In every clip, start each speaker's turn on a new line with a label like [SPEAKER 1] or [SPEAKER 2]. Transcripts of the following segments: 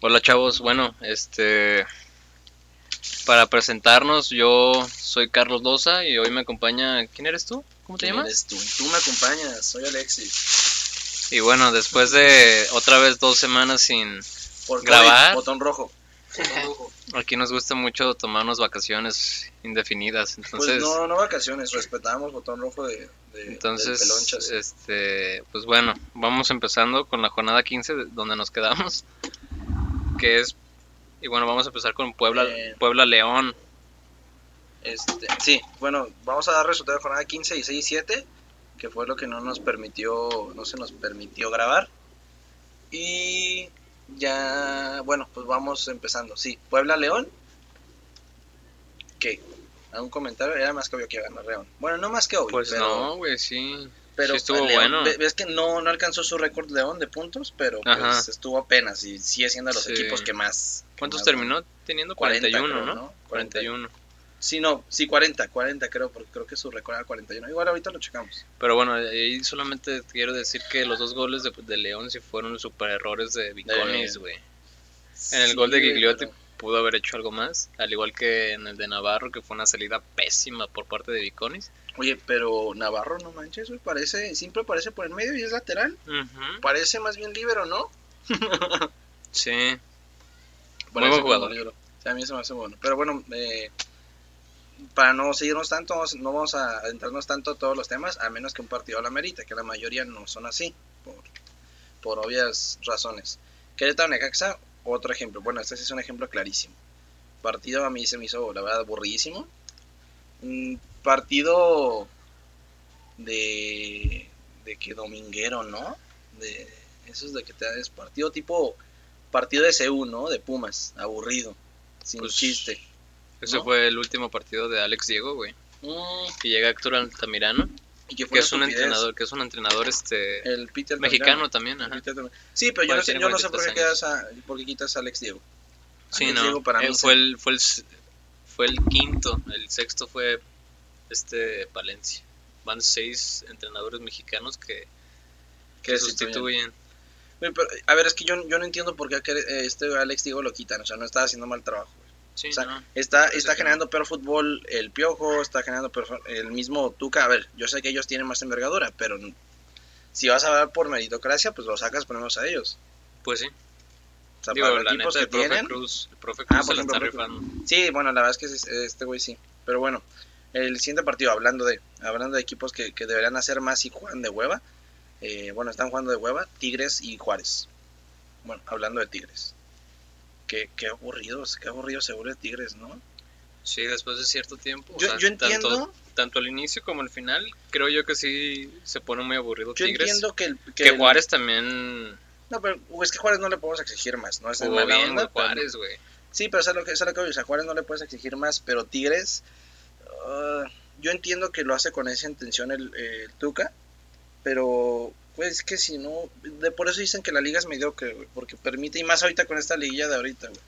[SPEAKER 1] Hola chavos, bueno, este para presentarnos, yo soy Carlos Loza y hoy me acompaña, ¿quién eres tú? ¿Cómo te
[SPEAKER 2] ¿Quién
[SPEAKER 1] llamas?
[SPEAKER 2] eres tú? Tú me acompañas, soy Alexis.
[SPEAKER 1] Y bueno, después de otra vez dos semanas sin,
[SPEAKER 2] Por
[SPEAKER 1] ¿Grabar?
[SPEAKER 2] COVID, Botón rojo. Botón rojo.
[SPEAKER 1] aquí nos gusta mucho tomarnos vacaciones indefinidas, entonces,
[SPEAKER 2] Pues no, no vacaciones, respetamos botón rojo de, de
[SPEAKER 1] entonces,
[SPEAKER 2] del pelonchas.
[SPEAKER 1] este, pues bueno, vamos empezando con la jornada 15 de- donde nos quedamos, que es, y bueno, vamos a empezar con Puebla,
[SPEAKER 2] Eh.
[SPEAKER 1] Puebla León,
[SPEAKER 2] Este, sí, bueno, vamos a dar resultado de jornada 15 y 6 y 7, que fue lo que no nos permitió, no se nos permitió grabar. Y ya, bueno, pues vamos empezando. Sí, Puebla León. ¿Qué? ¿Algún comentario? Era más que obvio que iba a ganar León. Bueno, no más que obvio.
[SPEAKER 1] pues
[SPEAKER 2] pero,
[SPEAKER 1] no, güey, sí,
[SPEAKER 2] pero
[SPEAKER 1] sí estuvo
[SPEAKER 2] León,
[SPEAKER 1] bueno.
[SPEAKER 2] ve- Ves que no, no alcanzó su récord León de puntos, pero pues
[SPEAKER 1] Ajá.
[SPEAKER 2] estuvo apenas y sigue siendo de los
[SPEAKER 1] Sí.
[SPEAKER 2] equipos que más. que
[SPEAKER 1] ¿Cuántos
[SPEAKER 2] más-
[SPEAKER 1] terminó teniendo?
[SPEAKER 2] 40,
[SPEAKER 1] 41,
[SPEAKER 2] creo,
[SPEAKER 1] ¿no?
[SPEAKER 2] ¿no?
[SPEAKER 1] 41.
[SPEAKER 2] Sí, no, sí, 40, 40 creo, porque creo que su récord era 41. Igual ahorita lo checamos.
[SPEAKER 1] Pero bueno, ahí solamente quiero decir que los dos goles de, de León sí fueron super errores de Viconis, güey. En el gol de Gigliotti pudo haber hecho algo más, al igual que en el de Navarro, que fue una salida pésima por parte de Viconis.
[SPEAKER 2] Oye, pero Navarro, no manches, güey, parece, siempre parece por el medio y es lateral. Parece más bien libero, ¿no?
[SPEAKER 1] Sí,
[SPEAKER 2] Parece
[SPEAKER 1] buen
[SPEAKER 2] como
[SPEAKER 1] jugador.
[SPEAKER 2] líbero. Sí, a mí se me hace bueno. Pero bueno, eh, para no seguirnos tanto, vamos- no vamos a adentrarnos tanto a todos los temas, a menos que un partido la merita, que la mayoría no son así, por, por obvias razones. Querétaro Necaxa, otro ejemplo. Bueno, este sí es un ejemplo clarísimo. Partido a mí se me hizo, la verdad, aburridísimo. Un partido de, de que dominguero, ¿no? De esos de que te das partido tipo partido de C1, ¿no? De Pumas, aburrido, sin
[SPEAKER 1] Pues,
[SPEAKER 2] chiste.
[SPEAKER 1] ese
[SPEAKER 2] ¿No?
[SPEAKER 1] fue el último partido de Alex Diego, güey.
[SPEAKER 2] Mm,
[SPEAKER 1] Que llega Héctor Altamirano,
[SPEAKER 2] y que, fue
[SPEAKER 1] que
[SPEAKER 2] una
[SPEAKER 1] es un
[SPEAKER 2] estupidez.
[SPEAKER 1] entrenador, que es un entrenador este
[SPEAKER 2] El Peter
[SPEAKER 1] mexicano también,
[SPEAKER 2] Altamirano.
[SPEAKER 1] ajá.
[SPEAKER 2] El Peter Altamirano. Sí, pero yo no sé,
[SPEAKER 1] Tiene
[SPEAKER 2] yo no sé por
[SPEAKER 1] 43
[SPEAKER 2] qué quedas a, por qué quitas a Alex Diego.
[SPEAKER 1] Sí,
[SPEAKER 2] Alex
[SPEAKER 1] no.
[SPEAKER 2] Diego para
[SPEAKER 1] eh,
[SPEAKER 2] mí
[SPEAKER 1] fue,
[SPEAKER 2] se-
[SPEAKER 1] el, fue, el, s- fue el quinto. El sexto fue este Valencia. Van seis entrenadores mexicanos que, que sustituyen.
[SPEAKER 2] Oye, pero, a ver, es que yo, yo no entiendo por qué a Quere- eh, este Alex Diego lo quitan. O sea, no está haciendo mal trabajo.
[SPEAKER 1] Sí,
[SPEAKER 2] O sea,
[SPEAKER 1] no.
[SPEAKER 2] Está,
[SPEAKER 1] Parece Pues
[SPEAKER 2] está
[SPEAKER 1] que
[SPEAKER 2] generando peor fútbol el Piojo, está generando peor fu- el mismo Tuca. A ver, yo sé que ellos tienen más envergadura, pero n- si vas a hablar por meritocracia, pues lo sacas ponemos a ellos.
[SPEAKER 1] Pues sí.
[SPEAKER 2] O sea,
[SPEAKER 1] Digo,
[SPEAKER 2] para los
[SPEAKER 1] la
[SPEAKER 2] equipos
[SPEAKER 1] neta,
[SPEAKER 2] que
[SPEAKER 1] el profe
[SPEAKER 2] tienen.
[SPEAKER 1] Cruz, el profe
[SPEAKER 2] Ah,
[SPEAKER 1] Cruz se
[SPEAKER 2] por
[SPEAKER 1] la está
[SPEAKER 2] ejemplo, profe
[SPEAKER 1] rifando.
[SPEAKER 2] Sí, bueno, la verdad es que es- es- este güey sí. Pero bueno, el siguiente partido, hablando de hablando de equipos que, que deberían hacer más y juegan de hueva. eh, bueno, están jugando de hueva Tigres y Juárez. Bueno, hablando de Tigres. Qué, qué aburridos, qué aburrido se vuelve Tigres, ¿no?
[SPEAKER 1] Sí, después de cierto tiempo. o
[SPEAKER 2] Yo,
[SPEAKER 1] sea,
[SPEAKER 2] yo entiendo,
[SPEAKER 1] Tanto, tanto al inicio como al final, creo yo que sí se pone muy aburrido
[SPEAKER 2] yo
[SPEAKER 1] Tigres.
[SPEAKER 2] entiendo que, el-
[SPEAKER 1] que
[SPEAKER 2] el-
[SPEAKER 1] Juárez también
[SPEAKER 2] No, pero es que Juárez no le podemos exigir más, ¿no? Es pues, en
[SPEAKER 1] jugó
[SPEAKER 2] mala
[SPEAKER 1] bien,
[SPEAKER 2] onda,
[SPEAKER 1] güey, Juárez, güey.
[SPEAKER 2] pero- sí, pero eso es lo que, eso es lo que voy, o sea, Juárez no le puedes exigir más, pero Tigres, ah, yo entiendo que lo hace con esa intención el, eh, el Tuca, pero pues es que si no, de por eso dicen que la liga es mediocre, güey, porque permite, y más ahorita con esta liguilla de ahorita, güey,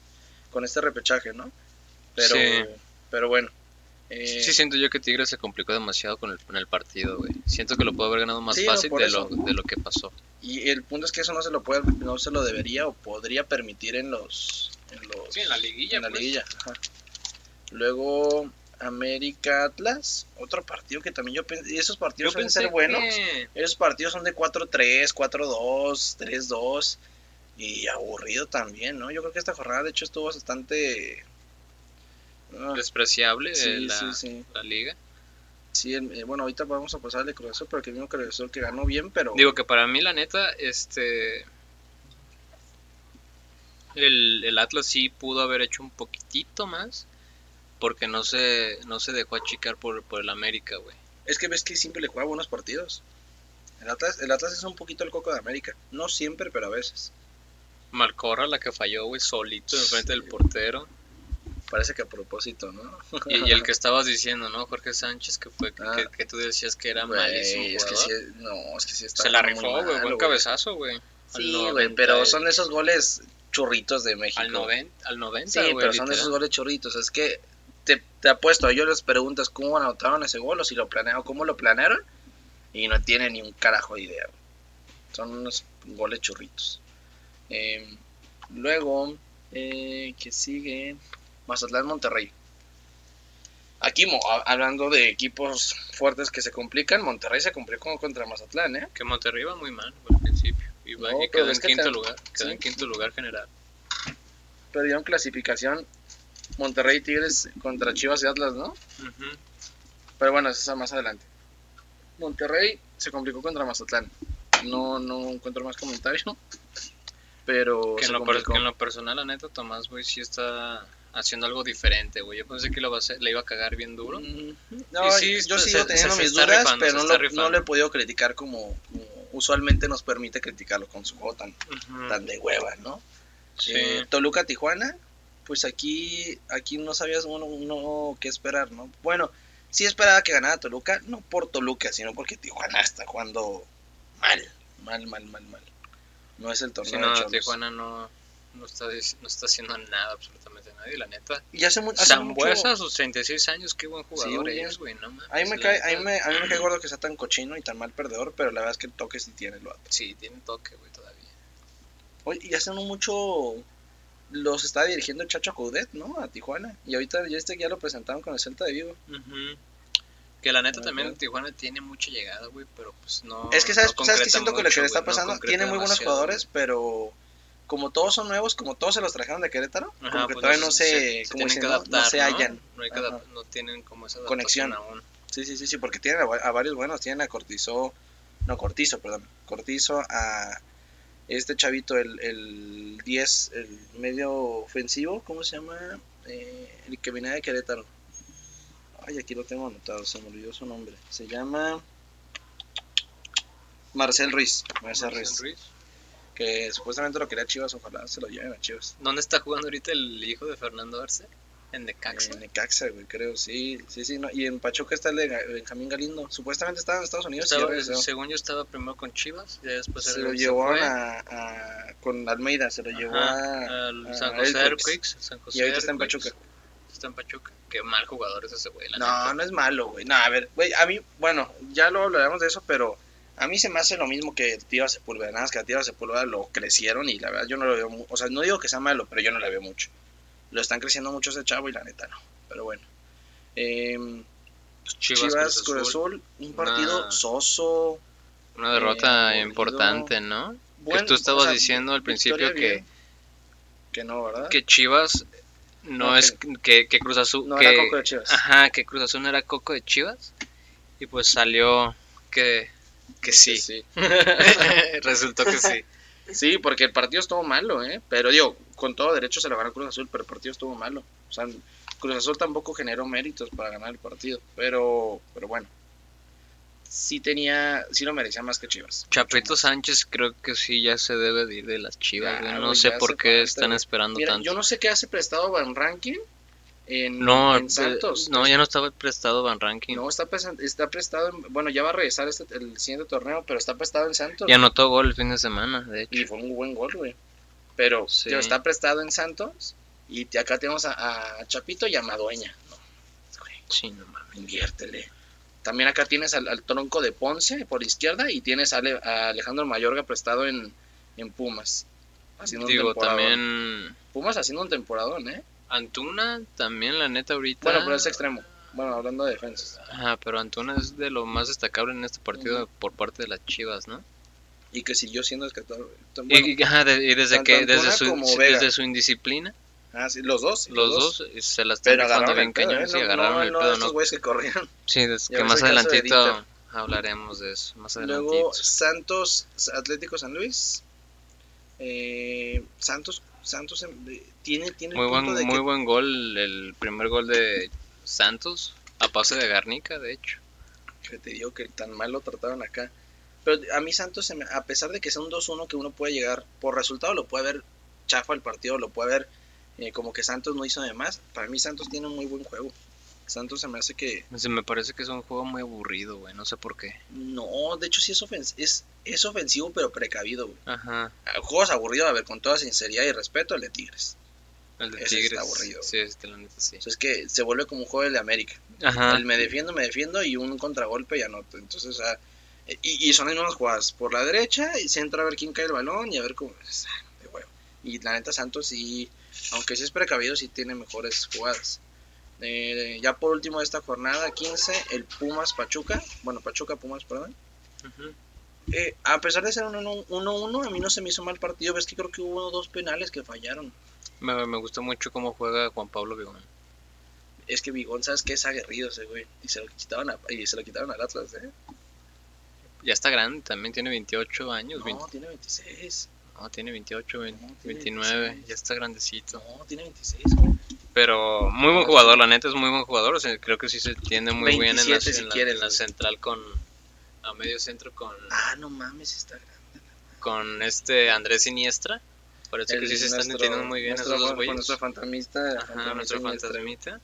[SPEAKER 2] con este repechaje, ¿no? Pero,
[SPEAKER 1] Sí.
[SPEAKER 2] pero bueno. eh,
[SPEAKER 1] Sí, siento yo que Tigres se complicó demasiado con el, con el partido, güey. Siento que lo pudo haber ganado más
[SPEAKER 2] Sí, no,
[SPEAKER 1] fácil
[SPEAKER 2] por
[SPEAKER 1] de
[SPEAKER 2] eso.
[SPEAKER 1] lo, de lo que pasó.
[SPEAKER 2] Y el punto es que eso no se lo puede, no se lo debería o podría permitir en los, en los-
[SPEAKER 1] Sí, en la liguilla,
[SPEAKER 2] en la
[SPEAKER 1] pues.
[SPEAKER 2] liguilla, ajá. Luego América Atlas, otro partido que también yo pensé, esos partidos suelen ser buenos.
[SPEAKER 1] que-
[SPEAKER 2] Esos partidos son de 4-3, 4-2, 3-2 y aburrido también, ¿no? Yo creo que esta jornada de hecho estuvo bastante ah,
[SPEAKER 1] despreciable eh,
[SPEAKER 2] sí,
[SPEAKER 1] la,
[SPEAKER 2] sí, sí,
[SPEAKER 1] la liga.
[SPEAKER 2] sí. el- eh, bueno, ahorita vamos a pasar al de Cruz Azul, porque el mismo Cruz Azul que ganó bien, pero
[SPEAKER 1] Digo que para mí, la neta, este. El, el Atlas sí pudo haber hecho un poquitito más. Porque no se, no se dejó achicar por, por el América, güey.
[SPEAKER 2] Es que ves que siempre le juega buenos partidos. El Atlas, el Atlas es un poquito el coco de América. No siempre, pero a veces.
[SPEAKER 1] Malcorra la que falló, güey, solito enfrente del portero.
[SPEAKER 2] Parece que a propósito, ¿no?
[SPEAKER 1] Y, y el que estabas diciendo, ¿no? Jorge Sánchez, que fue que,
[SPEAKER 2] Ah.
[SPEAKER 1] que- que tú decías que era
[SPEAKER 2] Güey,
[SPEAKER 1] malísimo.
[SPEAKER 2] es que
[SPEAKER 1] jugador.
[SPEAKER 2] sí, no, es que sí está
[SPEAKER 1] se la
[SPEAKER 2] muy
[SPEAKER 1] rifó,
[SPEAKER 2] malo,
[SPEAKER 1] güey. Buen cabezazo, güey.
[SPEAKER 2] Sí,
[SPEAKER 1] Al
[SPEAKER 2] güey,
[SPEAKER 1] 90
[SPEAKER 2] pero
[SPEAKER 1] y-
[SPEAKER 2] son esos goles churritos de México.
[SPEAKER 1] Al 90, al 90
[SPEAKER 2] Sí,
[SPEAKER 1] güey,
[SPEAKER 2] pero son
[SPEAKER 1] literal.
[SPEAKER 2] esos goles churritos. Es que te, te apuesto, yo les preguntas cómo anotaron ese gol o si lo planearon, cómo lo planearon. Y no tienen ni un carajo de idea. güey. Son unos goles churritos. Eh, Luego, eh, que sigue Mazatlán Monterrey. Aquí, mo- a- hablando de equipos fuertes que se complican, Monterrey se complicó contra Mazatlán, ¿eh?
[SPEAKER 1] Que Monterrey iba muy mal güey, al principio. Iba,
[SPEAKER 2] No,
[SPEAKER 1] y
[SPEAKER 2] pero
[SPEAKER 1] quedó
[SPEAKER 2] es
[SPEAKER 1] en
[SPEAKER 2] que
[SPEAKER 1] quinto
[SPEAKER 2] tan-
[SPEAKER 1] lugar. Quedó
[SPEAKER 2] sí.
[SPEAKER 1] en quinto lugar general.
[SPEAKER 2] Perdió en clasificación Monterrey Tigres contra Chivas y Atlas, ¿no?
[SPEAKER 1] Ujú.
[SPEAKER 2] Pero bueno, eso es más adelante. Monterrey se complicó contra Mazatlán. No, no encuentro más comentario. Pero
[SPEAKER 1] Que en,
[SPEAKER 2] se
[SPEAKER 1] lo per-
[SPEAKER 2] complicó.
[SPEAKER 1] que en lo personal, la neta, Tomás, güey, sí está haciendo algo diferente, güey. Yo pensé que lo va a hacer, le iba a cagar bien duro.
[SPEAKER 2] Ujú.
[SPEAKER 1] Y
[SPEAKER 2] Mm-hmm. No,
[SPEAKER 1] sí,
[SPEAKER 2] yo
[SPEAKER 1] se-
[SPEAKER 2] sigo
[SPEAKER 1] se-
[SPEAKER 2] teniendo
[SPEAKER 1] se
[SPEAKER 2] mis
[SPEAKER 1] está
[SPEAKER 2] dudas,
[SPEAKER 1] rifando,
[SPEAKER 2] pero
[SPEAKER 1] se
[SPEAKER 2] no,
[SPEAKER 1] está
[SPEAKER 2] lo- no
[SPEAKER 1] rifando.
[SPEAKER 2] le he podido criticar como, como usualmente nos permite criticarlo con su juego tan,
[SPEAKER 1] Ujú.
[SPEAKER 2] tan de hueva, ¿no?
[SPEAKER 1] Sí.
[SPEAKER 2] Eh, Toluca, Tijuana, pues aquí, aquí no sabías uno, uno qué esperar, ¿no? Bueno, sí esperaba que ganara Toluca, no por Toluca, sino porque Tijuana está jugando mal, mal, mal, mal, mal. No es el torneo
[SPEAKER 1] Sí,
[SPEAKER 2] de
[SPEAKER 1] no,
[SPEAKER 2] Cholos.
[SPEAKER 1] Tijuana no, no, está, dic- no está haciendo nada absolutamente nadie, la neta.
[SPEAKER 2] Y hace, mu- hace
[SPEAKER 1] Zambuesa
[SPEAKER 2] mucho...
[SPEAKER 1] a sus 36 años, qué buen jugador
[SPEAKER 2] güey.
[SPEAKER 1] es, güey, no mames,
[SPEAKER 2] A mí, me
[SPEAKER 1] la
[SPEAKER 2] cae, a,
[SPEAKER 1] neta.
[SPEAKER 2] mí me, a mí me cae gordo que sea tan cochino y tan mal perdedor, pero la verdad es que el toque sí tiene lo
[SPEAKER 1] Sí, tiene toque, güey, todavía.
[SPEAKER 2] Oye, y hace no mucho los está dirigiendo Chacho Coudet, ¿no? A Tijuana. Y ahorita ya, este, ya lo presentaron con el Celta de Vigo.
[SPEAKER 1] Ujú. Que la neta
[SPEAKER 2] Ah,
[SPEAKER 1] también
[SPEAKER 2] claro.
[SPEAKER 1] Tijuana tiene mucha llegada, güey, pero pues no.
[SPEAKER 2] es que, ¿sabes,
[SPEAKER 1] no
[SPEAKER 2] ¿sabes
[SPEAKER 1] concreta
[SPEAKER 2] qué siento que lo
[SPEAKER 1] mucho,
[SPEAKER 2] que le
[SPEAKER 1] güey,
[SPEAKER 2] está
[SPEAKER 1] no
[SPEAKER 2] pasando?
[SPEAKER 1] concreta
[SPEAKER 2] Tiene muy buenos
[SPEAKER 1] demasiado,
[SPEAKER 2] jugadores, pero como todos son nuevos, como todos se los trajeron de Querétaro,
[SPEAKER 1] güey.
[SPEAKER 2] como
[SPEAKER 1] Ajá,
[SPEAKER 2] que
[SPEAKER 1] pues
[SPEAKER 2] todavía no se,
[SPEAKER 1] se
[SPEAKER 2] como
[SPEAKER 1] tienen
[SPEAKER 2] dicen,
[SPEAKER 1] que
[SPEAKER 2] no- no,
[SPEAKER 1] adaptar,
[SPEAKER 2] se
[SPEAKER 1] ¿no?
[SPEAKER 2] hallan.
[SPEAKER 1] No, hay que
[SPEAKER 2] Ajá.
[SPEAKER 1] adap- no tienen como esa
[SPEAKER 2] Conexión.
[SPEAKER 1] conexión aún.
[SPEAKER 2] Sí, sí, sí, sí, porque tienen a, va- a varios buenos. Tienen a Cortizo, no, Cortizo, perdón. Cortizo, a este chavito, el, el 10, el medio ofensivo, ¿cómo se llama? Eh, el que venía de Querétaro. Ay, aquí lo tengo anotado, se me olvidó su nombre. Se llama Marcel Ruiz. Marcel,
[SPEAKER 1] Marcel
[SPEAKER 2] Ruiz,
[SPEAKER 1] Ruiz.
[SPEAKER 2] Que supuestamente lo quería Chivas, ojalá se lo lleven a Chivas.
[SPEAKER 1] ¿Dónde está jugando ahorita el hijo de Fernando Arce? En Necaxa.
[SPEAKER 2] En Necaxa, güey, creo, sí, sí, sí. no, Y en Pachuca está el de Ga- Benjamín Galindo. Supuestamente estaba en Estados Unidos y ya
[SPEAKER 1] Estaba-
[SPEAKER 2] regresó.
[SPEAKER 1] según yo estaba primero con Chivas, ya después
[SPEAKER 2] se
[SPEAKER 1] él
[SPEAKER 2] lo
[SPEAKER 1] se
[SPEAKER 2] llevó
[SPEAKER 1] fue.
[SPEAKER 2] a, a- con Almeida, se lo
[SPEAKER 1] Ajá,
[SPEAKER 2] llevó a,
[SPEAKER 1] al
[SPEAKER 2] a
[SPEAKER 1] San José
[SPEAKER 2] Elcox.
[SPEAKER 1] Earthquakes, San José
[SPEAKER 2] Y ahorita está en
[SPEAKER 1] Earthquakes.
[SPEAKER 2] Pachuca.
[SPEAKER 1] Está en Pachuca. Qué mal jugador es ese güey, la
[SPEAKER 2] No,
[SPEAKER 1] neta.
[SPEAKER 2] no es malo, güey. No, a ver, güey, a mí, bueno, ya lo hablaremos de eso, pero a mí se me hace lo mismo que el tío Sepúlveda. Nada más que a tío Sepúlveda lo crecieron y la verdad yo no lo veo. mu- O sea, no digo que sea malo, pero yo no la veo mucho. Lo están creciendo mucho ese chavo y la neta no. Pero bueno. Em, Chivas, Cruz Azul, un partido
[SPEAKER 1] Nah.
[SPEAKER 2] soso.
[SPEAKER 1] Una
[SPEAKER 2] derrota
[SPEAKER 1] derrota
[SPEAKER 2] Eh, importante,
[SPEAKER 1] importante, ¿no?
[SPEAKER 2] buen-
[SPEAKER 1] tú estabas
[SPEAKER 2] o sea,
[SPEAKER 1] diciendo al
[SPEAKER 2] victoria
[SPEAKER 1] principio que-
[SPEAKER 2] bien. Que no, ¿verdad?
[SPEAKER 1] Que Chivas no
[SPEAKER 2] No,
[SPEAKER 1] es que, que Cruz Azul
[SPEAKER 2] no
[SPEAKER 1] que Ah,
[SPEAKER 2] era Coco de Chivas.
[SPEAKER 1] ajá, que Cruz Azul no era Coco de Chivas y pues salió que que sí.
[SPEAKER 2] Que sí.
[SPEAKER 1] Resultó que sí.
[SPEAKER 2] Sí, porque el partido estuvo malo, ¿eh? Pero digo, con todo derecho se lo ganó Cruz Azul, pero el partido estuvo malo. O sea, Cruz Azul tampoco generó méritos para ganar el partido, pero, pero bueno. Sí tenía, sí lo merecía más que Chivas.
[SPEAKER 1] Chapito Sánchez creo que sí ya se debe de ir de las Chivas,
[SPEAKER 2] Ya,
[SPEAKER 1] güey.
[SPEAKER 2] güey,
[SPEAKER 1] No sé
[SPEAKER 2] ya hace
[SPEAKER 1] por qué
[SPEAKER 2] falta,
[SPEAKER 1] están
[SPEAKER 2] güey.
[SPEAKER 1] esperando
[SPEAKER 2] Mira,
[SPEAKER 1] tanto.
[SPEAKER 2] yo no sé qué hace prestado Van Ranking en,
[SPEAKER 1] No,
[SPEAKER 2] en Santos.
[SPEAKER 1] eh, no, ya no estaba prestado Van Ranking.
[SPEAKER 2] No, está, presa- está prestado, en- bueno, ya va a regresar este, el siguiente torneo, pero está prestado en Santos.
[SPEAKER 1] Y anotó gol el fin de semana, de hecho.
[SPEAKER 2] Y fue un buen gol, güey. Pero
[SPEAKER 1] Sí.
[SPEAKER 2] tío, está prestado en Santos. Y te- acá tenemos a, a Chapito y a Madueña. No, güey,
[SPEAKER 1] Sí, no mames.
[SPEAKER 2] inviértele. También acá tienes al, al tronco de Ponce por izquierda y tienes a, Ale- a Alejandro Mayorga prestado en, en Pumas. Haciendo un
[SPEAKER 1] Digo,
[SPEAKER 2] temporadón.
[SPEAKER 1] también
[SPEAKER 2] Pumas haciendo un temporadón, ¿eh?
[SPEAKER 1] Antuna, también la neta ahorita.
[SPEAKER 2] Bueno, pero es extremo. Bueno, hablando de defensas.
[SPEAKER 1] Ajá, pero Antuna es de lo más destacable en este partido
[SPEAKER 2] Ujú.
[SPEAKER 1] por parte de las Chivas, ¿no?
[SPEAKER 2] Y que siguió siendo rescatado. Bueno,
[SPEAKER 1] Y, y- ajá, de- y desde
[SPEAKER 2] tanto
[SPEAKER 1] que desde
[SPEAKER 2] Antuna
[SPEAKER 1] su,
[SPEAKER 2] como
[SPEAKER 1] sí,
[SPEAKER 2] Vega.
[SPEAKER 1] desde su indisciplina,
[SPEAKER 2] ah, sí, los dos.
[SPEAKER 1] los dos eh, se las están
[SPEAKER 2] Pero
[SPEAKER 1] rifando
[SPEAKER 2] agarraron
[SPEAKER 1] bien
[SPEAKER 2] el pedo, ¿eh?
[SPEAKER 1] cañones y
[SPEAKER 2] No,
[SPEAKER 1] agarraron
[SPEAKER 2] no,
[SPEAKER 1] el
[SPEAKER 2] no,
[SPEAKER 1] pedo,
[SPEAKER 2] esos
[SPEAKER 1] ¿no?
[SPEAKER 2] güeyes que corrían.
[SPEAKER 1] Sí, es
[SPEAKER 2] Ya
[SPEAKER 1] que
[SPEAKER 2] ves
[SPEAKER 1] más
[SPEAKER 2] el caso de
[SPEAKER 1] adelantito hablaremos de eso, más adelantito.
[SPEAKER 2] Luego Santos, Atlético San Luis. Eh, Santos, Santos em, eh, tiene, tiene el
[SPEAKER 1] Muy buen,
[SPEAKER 2] punto de
[SPEAKER 1] muy
[SPEAKER 2] que-
[SPEAKER 1] buen gol, el primer gol de Santos, a pase de Garnica, de hecho.
[SPEAKER 2] que te digo que tan mal lo trataron acá. Pero a mí Santos, se me- a pesar de que sea un 2-1 que uno puede llegar por resultado, lo puede ver chafa el partido, lo puede ver eh, como que Santos no hizo de más. Para mí Santos tiene un muy buen juego. Santos se me hace que
[SPEAKER 1] Se Pues me parece que es un juego muy aburrido, güey, no sé por qué.
[SPEAKER 2] no, de hecho sí es, ofens- es, es ofensivo pero precavido. güey.
[SPEAKER 1] Ajá,
[SPEAKER 2] Ah, Juegos aburridos, a ver, con toda sinceridad y respeto, el de Tigres.
[SPEAKER 1] el de
[SPEAKER 2] Ese sí
[SPEAKER 1] Tigres.
[SPEAKER 2] está aburrido.
[SPEAKER 1] Sí, este, la neta sí.
[SPEAKER 2] O sea, es que se vuelve como un juego del de América.
[SPEAKER 1] Ajá.
[SPEAKER 2] El me defiendo, me defiendo y un contragolpe y anoto. Entonces, o sea, y, y son las mismas jugadas. Por la derecha y se entra a ver quién cae el balón y a ver cómo. o sea, Ah, de huevo. Y la neta Santos sí, aunque sí es precavido, sí tiene mejores jugadas. Eh, ya por último de esta jornada 15, el Pumas Pachuca. Bueno, Pachuca Pumas, perdón.
[SPEAKER 1] Ujú.
[SPEAKER 2] Eh, a pesar de ser un 1-1, a mí no se me hizo mal partido. Ves que creo que hubo dos penales que fallaron.
[SPEAKER 1] Me, me gusta mucho cómo juega Juan Pablo Vigón.
[SPEAKER 2] Es que Vigón, ¿sabes qué? Es aguerrido ese güey. Y se lo quitaron, a- y se lo quitaron al Atlas, ¿eh?
[SPEAKER 1] Ya está grande, también tiene 28 años.
[SPEAKER 2] No,
[SPEAKER 1] 20
[SPEAKER 2] tiene 26.
[SPEAKER 1] no, tiene 28, 20
[SPEAKER 2] No, tiene
[SPEAKER 1] 29,
[SPEAKER 2] 26.
[SPEAKER 1] ya está grandecito.
[SPEAKER 2] No, tiene 26, güey.
[SPEAKER 1] Pero muy buen jugador, la neta es muy buen jugador. o sea, creo que sí se entiende muy bien en la,
[SPEAKER 2] 27 si
[SPEAKER 1] en la-
[SPEAKER 2] quieres,
[SPEAKER 1] en la
[SPEAKER 2] güey.
[SPEAKER 1] central con. A medio centro con,
[SPEAKER 2] Ah, no mames, está grande.
[SPEAKER 1] con este Andrés Siniestra. Parece que
[SPEAKER 2] El-
[SPEAKER 1] sí se están
[SPEAKER 2] nuestro-
[SPEAKER 1] entendiendo muy bien esos
[SPEAKER 2] nuestro-
[SPEAKER 1] dos
[SPEAKER 2] con
[SPEAKER 1] güeyes.
[SPEAKER 2] Nuestro fantasmista.
[SPEAKER 1] Ajá, nuestro
[SPEAKER 2] fantasmista.
[SPEAKER 1] fantasmita.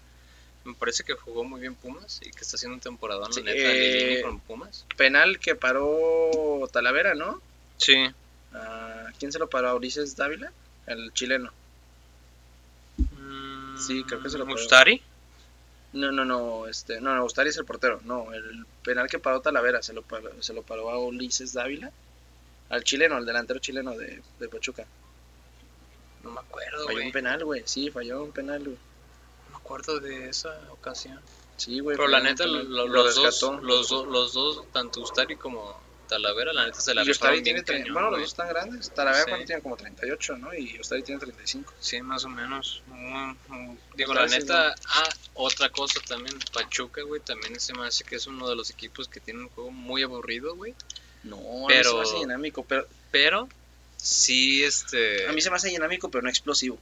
[SPEAKER 1] Me parece que jugó muy bien Pumas y que está haciendo un temporadón,
[SPEAKER 2] Sí,
[SPEAKER 1] la neta, Lilini
[SPEAKER 2] eh,
[SPEAKER 1] con Pumas.
[SPEAKER 2] Penal que paró Talavera, ¿no?
[SPEAKER 1] Sí,
[SPEAKER 2] Ah, ¿Quién se lo paró? ¿Ulises Dávila? El chileno. Sí, creo que se lo puedo.
[SPEAKER 1] Mm, Mustari.
[SPEAKER 2] No, no, no, este, no, no, Ustari es el portero. No, el penal que paró Talavera se lo paró, se lo paró a Ulises Dávila, al chileno, al delantero chileno de, de Pachuca.
[SPEAKER 1] No me acuerdo,
[SPEAKER 2] Falló
[SPEAKER 1] güey.
[SPEAKER 2] un penal, güey, sí, falló un penal, güey.
[SPEAKER 1] No me acuerdo de esa ocasión.
[SPEAKER 2] Sí, güey.
[SPEAKER 1] Pero la
[SPEAKER 2] falló un
[SPEAKER 1] neta, lo-
[SPEAKER 2] penal.
[SPEAKER 1] lo- los, dos,
[SPEAKER 2] rescató.
[SPEAKER 1] los, dos- los dos, tanto Ustari como Talavera, la neta se la
[SPEAKER 2] Y Ustari
[SPEAKER 1] rifaron
[SPEAKER 2] tiene
[SPEAKER 1] bien
[SPEAKER 2] tre-
[SPEAKER 1] cañón,
[SPEAKER 2] bueno, los
[SPEAKER 1] güey.
[SPEAKER 2] dos están grandes. Talavera
[SPEAKER 1] Sí.
[SPEAKER 2] cuando tiene como 38, ¿no? Y Ustari tiene 35.
[SPEAKER 1] Sí, más o menos. Mm, mm. Digo, la
[SPEAKER 2] Ustari sí,
[SPEAKER 1] neta, ah, otra cosa también, Pachuca, güey, también se me hace que es uno de los equipos que tiene un juego muy aburrido, güey.
[SPEAKER 2] No,
[SPEAKER 1] Pero-
[SPEAKER 2] a mí se me hace dinámico, pero
[SPEAKER 1] Pero sí, este...
[SPEAKER 2] a mí se me hace dinámico, pero no explosivo.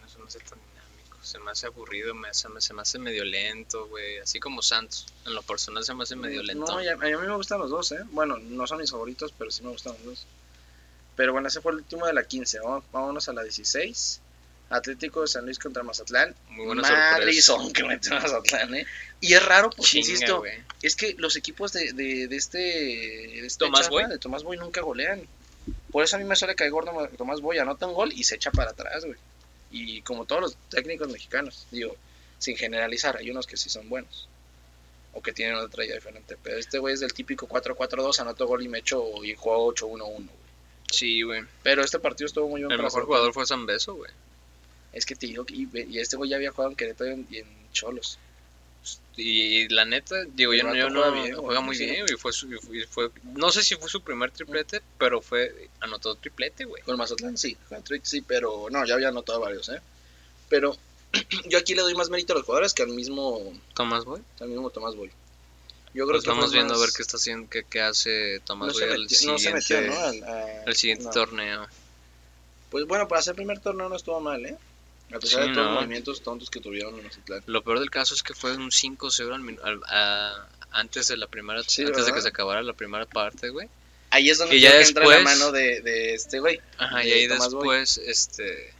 [SPEAKER 1] No se me hace tan dinámico, se me hace aburrido, me, se, me, se me hace medio lento, güey. Así como Santos, en lo personal se me hace medio lento.
[SPEAKER 2] No, y a, a mí me gustan los dos, ¿eh? Bueno, no son mis favoritos, pero sí me gustan los dos. Pero bueno, ese fue el último de la 15. Vamos, vámonos a la 16. Atlético de San Luis contra Mazatlán.
[SPEAKER 1] Muy buena
[SPEAKER 2] Madrizón que metió Mazatlán, ¿eh? Y es raro porque,
[SPEAKER 1] Chinga,
[SPEAKER 2] insisto,
[SPEAKER 1] güey.
[SPEAKER 2] es que los equipos de, de, de este. De este
[SPEAKER 1] ¿Tomás
[SPEAKER 2] chava,
[SPEAKER 1] Boy?
[SPEAKER 2] De Tomás Boy nunca golean. Por eso a mí me suele caer gordo Ma- Tomás Boy. Anota un gol y se echa para atrás, güey. Y como todos los técnicos mexicanos, digo, sin generalizar, hay unos que sí son buenos. O que tienen otra idea diferente. Pero este güey es del típico 4-4-2, anoto gol y me echo y juego 8-1-1. güey.
[SPEAKER 1] Sí, güey.
[SPEAKER 2] Pero este partido estuvo muy bien.
[SPEAKER 1] El
[SPEAKER 2] para
[SPEAKER 1] mejor
[SPEAKER 2] Zatlán.
[SPEAKER 1] jugador fue Zambeso, güey.
[SPEAKER 2] Es que te digo, que- y, y este güey ya había jugado en Querétaro y en- y en Cholos.
[SPEAKER 1] Y la neta, digo,
[SPEAKER 2] El
[SPEAKER 1] yo no, yo
[SPEAKER 2] vato
[SPEAKER 1] no
[SPEAKER 2] juega
[SPEAKER 1] juega,
[SPEAKER 2] bien, güey,
[SPEAKER 1] muy
[SPEAKER 2] sí.
[SPEAKER 1] bien, güey. Fue, su- y fue, no sé si fue su primer triplete, pero fue, anotó triplete, güey.
[SPEAKER 2] Con Mazatlán sí, con Trick sí, pero no, ya había anotado varios, ¿eh? Pero yo aquí le doy más mérito a los jugadores que al mismo,
[SPEAKER 1] Tomás Boy.
[SPEAKER 2] al mismo Tomás Boy. Yo creo
[SPEAKER 1] Pues
[SPEAKER 2] que fue
[SPEAKER 1] estamos viendo
[SPEAKER 2] más-
[SPEAKER 1] a ver qué está haciendo, qué, qué hace Tomás
[SPEAKER 2] no se,
[SPEAKER 1] Boy al
[SPEAKER 2] metió, no se
[SPEAKER 1] siguiente,
[SPEAKER 2] metió, ¿no? Al- a-
[SPEAKER 1] al siguiente
[SPEAKER 2] no.
[SPEAKER 1] torneo.
[SPEAKER 2] Pues bueno, para hacer primer torneo no estuvo mal, ¿eh? A pesar
[SPEAKER 1] Sí,
[SPEAKER 2] de todos
[SPEAKER 1] no.
[SPEAKER 2] los movimientos tontos que tuvieron en Mazatlán.
[SPEAKER 1] Lo peor del caso es que fue un 5-0 al min- al- a- antes de la primera,
[SPEAKER 2] Sí,
[SPEAKER 1] antes de
[SPEAKER 2] ¿verdad?
[SPEAKER 1] que se acabara la primera parte, güey.
[SPEAKER 2] Ahí es donde
[SPEAKER 1] Y
[SPEAKER 2] creo
[SPEAKER 1] ya
[SPEAKER 2] que entra la
[SPEAKER 1] después-
[SPEAKER 2] mano de, de este güey.
[SPEAKER 1] Ajá,
[SPEAKER 2] de
[SPEAKER 1] y ahí
[SPEAKER 2] Tomás Boy.
[SPEAKER 1] después, este,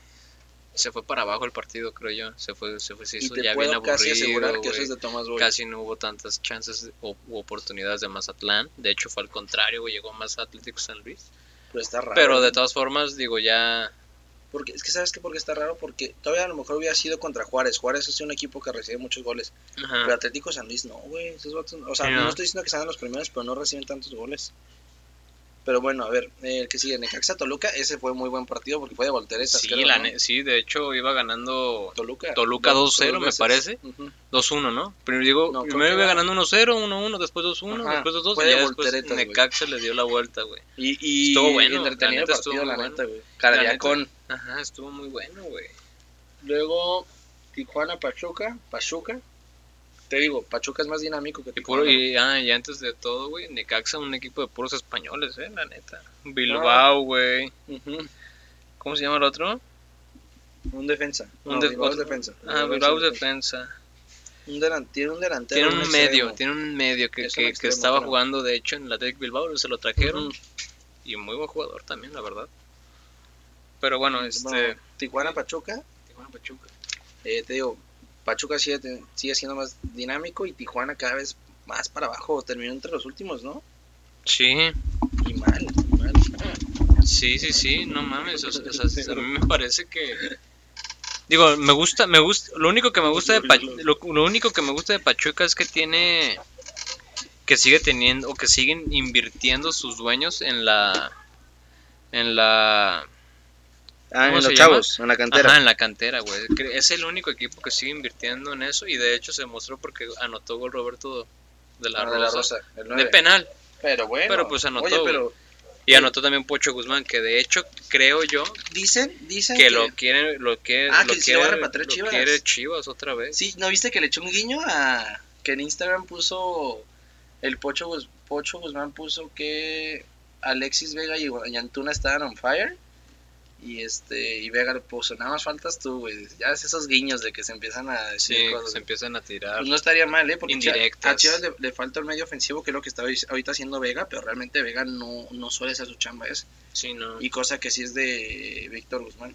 [SPEAKER 1] se fue para abajo el partido, creo yo. Se fue, se fue, se
[SPEAKER 2] Y
[SPEAKER 1] hizo
[SPEAKER 2] te
[SPEAKER 1] ya bien
[SPEAKER 2] puedo
[SPEAKER 1] aburrido,
[SPEAKER 2] casi asegurar que eso
[SPEAKER 1] güey.
[SPEAKER 2] es de Tomás Boy.
[SPEAKER 1] Casi no hubo tantas chances o u oportunidades de Mazatlán. De hecho, fue al contrario, güey, llegó más Atlético San Luis.
[SPEAKER 2] Pero está raro.
[SPEAKER 1] Pero
[SPEAKER 2] ¿no?
[SPEAKER 1] de todas formas, digo, ya.
[SPEAKER 2] Porque, es que sabes que porque está raro, porque todavía a lo mejor hubiera sido contra Juárez. Juárez es un equipo que recibe muchos goles.
[SPEAKER 1] ajá.
[SPEAKER 2] Pero Atlético San Luis no, güey. Esos vatos- o sea,
[SPEAKER 1] Sí,
[SPEAKER 2] no.
[SPEAKER 1] ¿no?
[SPEAKER 2] estoy diciendo que sean los primeros, pero no reciben tantos goles. Pero bueno, a ver, eh, el que sigue, Necaxa Toluca, ese fue muy buen partido porque fue de volteretas.
[SPEAKER 1] sí,
[SPEAKER 2] creo,
[SPEAKER 1] la
[SPEAKER 2] ¿no?
[SPEAKER 1] ne- sí, de hecho, iba ganando
[SPEAKER 2] Toluca.
[SPEAKER 1] Toluca
[SPEAKER 2] Dos-
[SPEAKER 1] 2-0
[SPEAKER 2] dos
[SPEAKER 1] me
[SPEAKER 2] veces.
[SPEAKER 1] parece.
[SPEAKER 2] Ujú.
[SPEAKER 1] 2-1, ¿no? Primero, digo,
[SPEAKER 2] No, creo
[SPEAKER 1] primero
[SPEAKER 2] que
[SPEAKER 1] iba
[SPEAKER 2] era-
[SPEAKER 1] ganando 1-0, 1-1, después 2-1,
[SPEAKER 2] Ajá,
[SPEAKER 1] después 2-2,
[SPEAKER 2] fue
[SPEAKER 1] y
[SPEAKER 2] de
[SPEAKER 1] ya después
[SPEAKER 2] volteretas, güey.
[SPEAKER 1] Necaxa le dio la vuelta, güey.
[SPEAKER 2] Y, y
[SPEAKER 1] Estuvo bueno,
[SPEAKER 2] entretenido
[SPEAKER 1] la neta,
[SPEAKER 2] el
[SPEAKER 1] estuvo
[SPEAKER 2] partido,
[SPEAKER 1] muy
[SPEAKER 2] la
[SPEAKER 1] bueno.
[SPEAKER 2] neta, güey.
[SPEAKER 1] La neta.
[SPEAKER 2] Cardíacón.
[SPEAKER 1] Ajá, estuvo muy bueno, güey.
[SPEAKER 2] Luego, Tijuana, Pachuca, Pachuca. Te digo, Pachuca es más dinámico que
[SPEAKER 1] Y, puro-
[SPEAKER 2] Tijuana.
[SPEAKER 1] y, ah, y antes de todo, güey, Necaxa, un equipo de puros españoles, ¿eh? La neta.
[SPEAKER 2] Ah.
[SPEAKER 1] Bilbao, güey.
[SPEAKER 2] Ujú.
[SPEAKER 1] ¿Cómo se llama el otro?
[SPEAKER 2] Un defensa.
[SPEAKER 1] Un
[SPEAKER 2] No,
[SPEAKER 1] de-
[SPEAKER 2] Bilbao es
[SPEAKER 1] otro-
[SPEAKER 2] defensa.
[SPEAKER 1] Ah, Bilbao defensa.
[SPEAKER 2] Un delan- tiene un delantero.
[SPEAKER 1] Tiene un medio,
[SPEAKER 2] extremo.
[SPEAKER 1] tiene un medio que,
[SPEAKER 2] Es un
[SPEAKER 1] que- que
[SPEAKER 2] extremo,
[SPEAKER 1] estaba
[SPEAKER 2] creo.
[SPEAKER 1] jugando, de hecho, en el Athletic Bilbao, se lo trajeron.
[SPEAKER 2] Ujú.
[SPEAKER 1] Y muy buen jugador también, la verdad. Pero bueno, este...
[SPEAKER 2] Bueno, Tijuana, Pachuca.
[SPEAKER 1] Tijuana Pachuca.
[SPEAKER 2] eh, te digo, Pachuca sigue, te- sigue siendo más dinámico y Tijuana cada vez más para abajo. Terminó entre los últimos, ¿no?
[SPEAKER 1] Sí,
[SPEAKER 2] Y mal, mal.
[SPEAKER 1] Sí, sí, sí, no mames, o sea, o sea, a mí me parece que digo, me gusta, me gusta, lo único que me gusta de Pa- lo, lo único que me gusta de Pachuca es que tiene que sigue teniendo o que siguen invirtiendo sus dueños en la en la
[SPEAKER 3] Ah, en
[SPEAKER 1] ¿Cómo
[SPEAKER 3] los
[SPEAKER 1] se llama?
[SPEAKER 3] chavos, en la cantera.
[SPEAKER 1] Ajá, en la cantera, güey. Cre- Es el único equipo que sigue invirtiendo en eso y de hecho se mostró porque anotó gol Roberto de la,
[SPEAKER 2] Ah,
[SPEAKER 1] Rosa,
[SPEAKER 2] de la Rosa, el
[SPEAKER 1] de
[SPEAKER 2] nueve.
[SPEAKER 1] penal.
[SPEAKER 2] Pero bueno.
[SPEAKER 1] Pero, pues, anotó,
[SPEAKER 2] Oye, pero
[SPEAKER 1] Y anotó también Pocho Guzmán, que de hecho creo yo
[SPEAKER 3] Dicen, dicen
[SPEAKER 1] que lo quiere, lo quiere,
[SPEAKER 2] Ah,
[SPEAKER 1] lo
[SPEAKER 2] que sí
[SPEAKER 1] quiere,
[SPEAKER 2] lo va a repatriar
[SPEAKER 1] lo
[SPEAKER 2] Chivas.
[SPEAKER 1] quiere Chivas otra vez.
[SPEAKER 2] Sí, ¿no viste que le echó un guiño a que en Instagram puso el Pocho, Guz- Pocho Guzmán puso que Alexis Vega y, y Antuna estaban on fire y este y Vega le puso nada más faltas tú, güey. Ya es esos guiños de que se empiezan a
[SPEAKER 1] Sí,
[SPEAKER 2] decir
[SPEAKER 1] que
[SPEAKER 2] cosas.
[SPEAKER 1] se empiezan a tirar.
[SPEAKER 2] Pues no estaría mal, ¿eh? Porque a Chia-
[SPEAKER 1] Indirectas.
[SPEAKER 2] a Chivas le, le falta el medio ofensivo, que es lo que está ahorita- ahorita haciendo Vega, pero realmente Vega no, no suele hacer su chamba esa.
[SPEAKER 1] Sí, no.
[SPEAKER 2] Y cosa que sí es de Víctor Guzmán.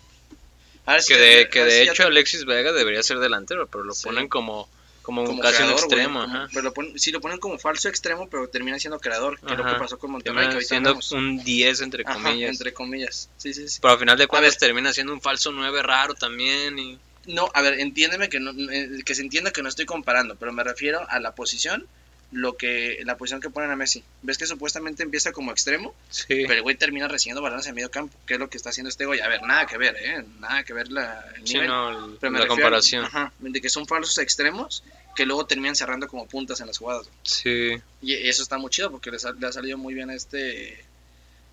[SPEAKER 2] A ver si
[SPEAKER 1] que
[SPEAKER 2] ya-
[SPEAKER 1] de,
[SPEAKER 2] a
[SPEAKER 1] que
[SPEAKER 2] ver
[SPEAKER 1] de
[SPEAKER 2] si ya
[SPEAKER 1] hecho Alexis Vega debería ser delantero, pero lo
[SPEAKER 2] Sí.
[SPEAKER 1] ponen como, como,
[SPEAKER 2] como
[SPEAKER 1] casi un
[SPEAKER 2] creador, güey,
[SPEAKER 1] extremo,
[SPEAKER 2] como-
[SPEAKER 1] ajá.
[SPEAKER 2] pero lo ponen, sí, lo ponen como falso extremo, pero termina siendo creador, que es lo
[SPEAKER 1] Ajá.
[SPEAKER 2] que pasó con Monterrey, que
[SPEAKER 1] Termina
[SPEAKER 2] ahorita
[SPEAKER 1] siendo
[SPEAKER 2] hablamos.
[SPEAKER 1] un 10 entre
[SPEAKER 2] Ajá,
[SPEAKER 1] comillas.
[SPEAKER 2] entre comillas. Sí, sí, sí.
[SPEAKER 1] Pero al final de cuentas
[SPEAKER 2] ver.
[SPEAKER 1] termina siendo un falso 9 raro también y
[SPEAKER 2] No, a ver, entiéndeme que no, eh, que se entienda que no estoy comparando, pero me refiero a la posición, lo que la posición que ponen a Messi. Ves que supuestamente empieza como extremo,
[SPEAKER 1] sí.
[SPEAKER 2] pero el güey termina recibiendo balones en medio campo, que es lo que está haciendo este güey. A ver, nada que ver, eh, nada que ver la el
[SPEAKER 1] Sí,
[SPEAKER 2] nivel.
[SPEAKER 1] no,
[SPEAKER 2] Pero me
[SPEAKER 1] la
[SPEAKER 2] refiero-
[SPEAKER 1] comparación.
[SPEAKER 2] ajá, de que son falsos extremos que luego terminan cerrando como puntas en las jugadas.
[SPEAKER 1] Sí.
[SPEAKER 2] Y eso está muy chido porque les ha- le ha salido muy bien a este.